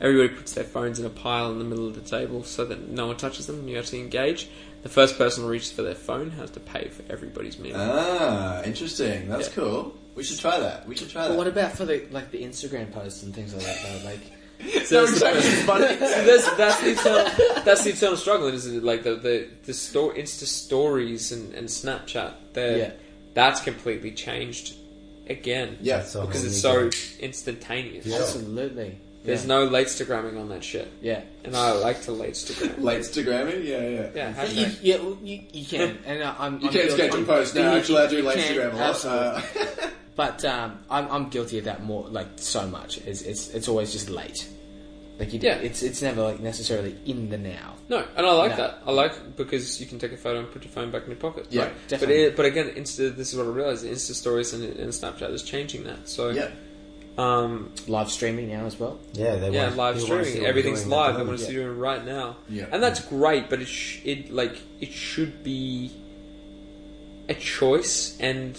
G: Everybody puts their phones in a pile in the middle of the table so that no one touches them. You actually engage. The first person who reaches for their phone has to pay for everybody's meal.
H: Ah, interesting. That's
G: Yeah.
H: cool. We should try that. We should try
D: But
H: that.
D: what about for the like the Instagram posts and things like that? Though? Like,
G: So that's, the, so that's, that's the eternal, that's the eternal struggle, isn't it? Like the the the store, Insta stories and, and Snapchat. they're-
D: Yeah.
G: that's completely changed again.
H: yeah.
I: That's a
G: because
I: whole
G: it's
I: new
G: so
I: game.
G: instantaneous.
D: absolutely.
G: There's no late Instagramming on that shit,
D: Yeah.
G: and I like to late Instagram.
H: Late Instagramming? Yeah, yeah.
G: Yeah,
D: But You,
G: hashtag.
D: yeah, well, you, you can, and
F: uh,
D: I- I'm.
H: You
D: I'm
H: can't
D: guilty-
H: schedule
D: I'm-
H: posts now.
D: you-
H: Actually, I do
D: you
H: late
D: can,
H: Instagram a lot.
D: absolutely.
H: Uh,
D: But um, I'm, I'm guilty of that more, like so much. It's, it's it's always just late.
F: Like you,
G: Yeah.
F: it's it's never like necessarily in the now.
G: No, and I like
F: No.
G: that. I like because you can take a photo and put your phone back in your pocket.
H: Yeah,
G: Right.
F: definitely.
G: But it, but again, Insta. This is what I realized: the Insta stories and, and Snapchat is changing that. So
H: Yeah.
G: um,
F: Live streaming now as well.
I: Yeah, they
G: yeah,
I: want,
G: live
I: they wanna see what
G: streaming.
I: we're
G: Everything's
I: doing at
G: live.
I: the
G: I want
I: moment.
G: to see you right now.
H: Yeah.
G: and that's great. But it sh- it like it should be a choice. And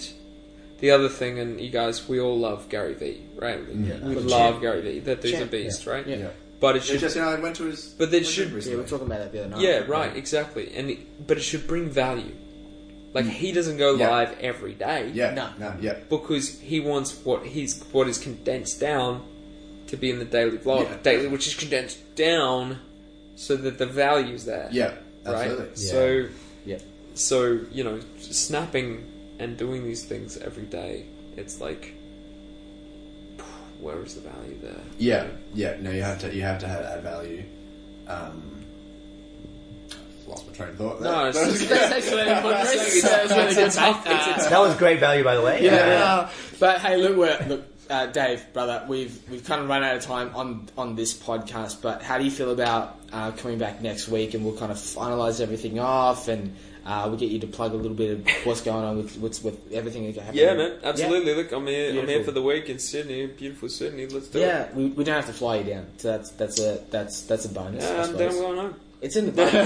G: the other thing, and you guys, we all love Gary Vee, right? Yeah. We love Gary Vee. That dude's a
F: Champ.
G: beast, right?
F: Yeah.
G: But it
H: Yeah,
G: should
H: Jesse and I went to his.
G: But they
H: went to
G: should-
H: him
F: Yeah, we
H: recently.
F: were talking about that
H: Oh,
F: the other night.
G: Yeah, right, exactly. And it, but it should bring value. Like he doesn't go
H: Mm. Yeah.
G: live every day.
H: Yeah.
F: No.
H: No. Yeah.
G: Because he wants what he's what is condensed down to be in the daily vlog,
H: Yeah.
G: daily, which is condensed down, so that the value's there.
H: Yeah.
G: Right.
H: Absolutely.
G: So
F: Yeah.
G: so you know, snapping and doing these things every day, it's like, where is the value there?
H: Yeah, yeah. No, you have to. You have to have add value. Um, lost my train of thought.
G: No, it's,
H: That was-
G: it's,
F: That's
G: a tough. It's a
I: That was great value, by the way. Yeah.
F: Uh, but hey, look, we're, look, uh, Dave, brother, we've we've kind of run out of time on on this podcast. But how do you feel about uh, coming back next week and we'll kind of finalize everything off and uh, we'll get you to plug a little bit of what's going on with what's with everything that's happening.
G: Yeah, man, absolutely. Look, I'm here. I'm here
F: Beautiful.
G: for the week in Sydney, beautiful Sydney. Let's do
F: Yeah, yeah we, we don't have to fly you down, so that's that's a that's that's a bonus.
G: it.
F: I
G: Yeah, I'm
F: suppose.
G: down going home.
F: It's in the budget.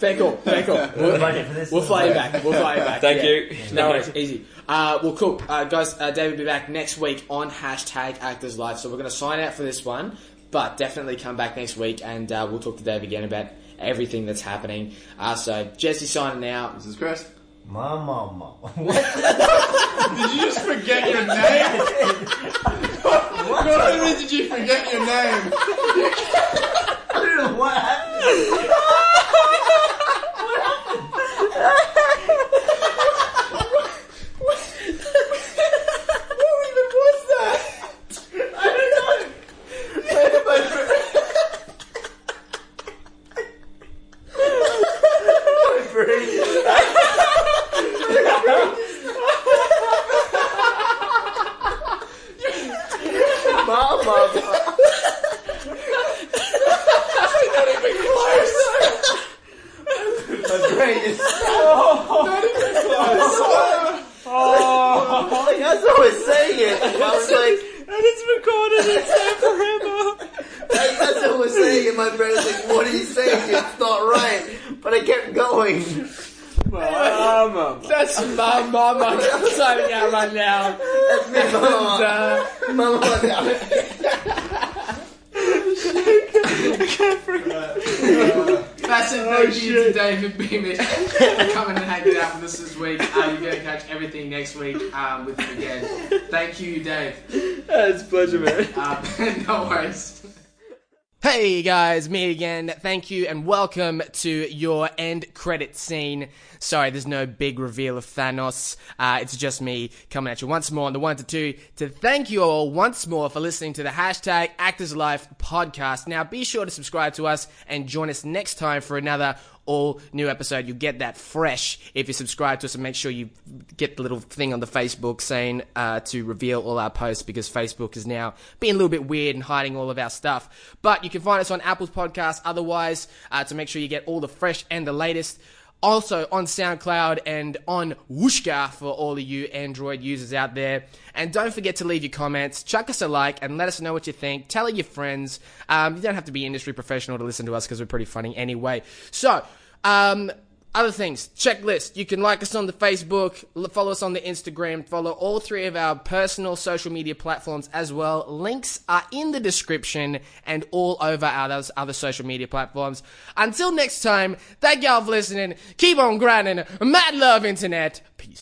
F: fair call, fair call. We'll,
I: budget for this.
F: we'll fly you back. We'll fly you back. yeah.
G: Thank you.
F: No worries, easy. Uh, well, cool. Uh, guys, uh, Dave will be back next week on hashtag Actors Live. So we're going to sign out for this one, but definitely come back next week and uh, we'll talk to Dave again about everything that's happening. Uh, so Jesse signing out.
H: This is Chris.
I: My mama.
H: Did you just forget your name? Not only did you forget your name,
I: what happened? That's great. It's oh, not even close. That's what I was saying it. I was like, and it's recorded. It's there forever. That's what I was saying in my brain. I was like, what are you saying? It's not right. But I kept going.
F: That's my mama signing out right now.
I: That's me, mama.
F: Uh,
I: mama.
K: That's it.
F: Oh,
K: Thank you to David Beamish for coming and hanging out with us this week. Uh, you're going to catch everything next week um, with him again. Thank you, Dave.
G: It's a pleasure, man.
K: Uh, no worries.
L: Hey guys, me again. Thank you and welcome to your end credit scene. Sorry, there's no big reveal of Thanos. Uh, it's just me coming at you once more on the one to two to thank you all once more for listening to the hashtag Actors Life podcast. Now be sure to subscribe to us and join us next time for another all new episode. You get that fresh if you subscribe to us and make sure you get the little thing on the Facebook saying uh, to reveal all our posts because Facebook is now being a little bit weird and hiding all of our stuff. But you can find us on Apple's podcast otherwise uh, to make sure you get all the fresh and the latest. Also on SoundCloud and on Wooshka for all of you Android users out there. And don't forget to leave your comments, chuck us a like, and let us know what you think. Tell your friends. Um, you don't have to be industry professional to listen to us because we're pretty funny anyway. So, um, other things, checklist. You can like us on the Facebook, l- follow us on the Instagram, follow all three of our personal social media platforms as well. Links are in the description and all over our those other social media platforms. Until next time, thank y'all for listening. Keep on grinding. Mad love, internet. Peace.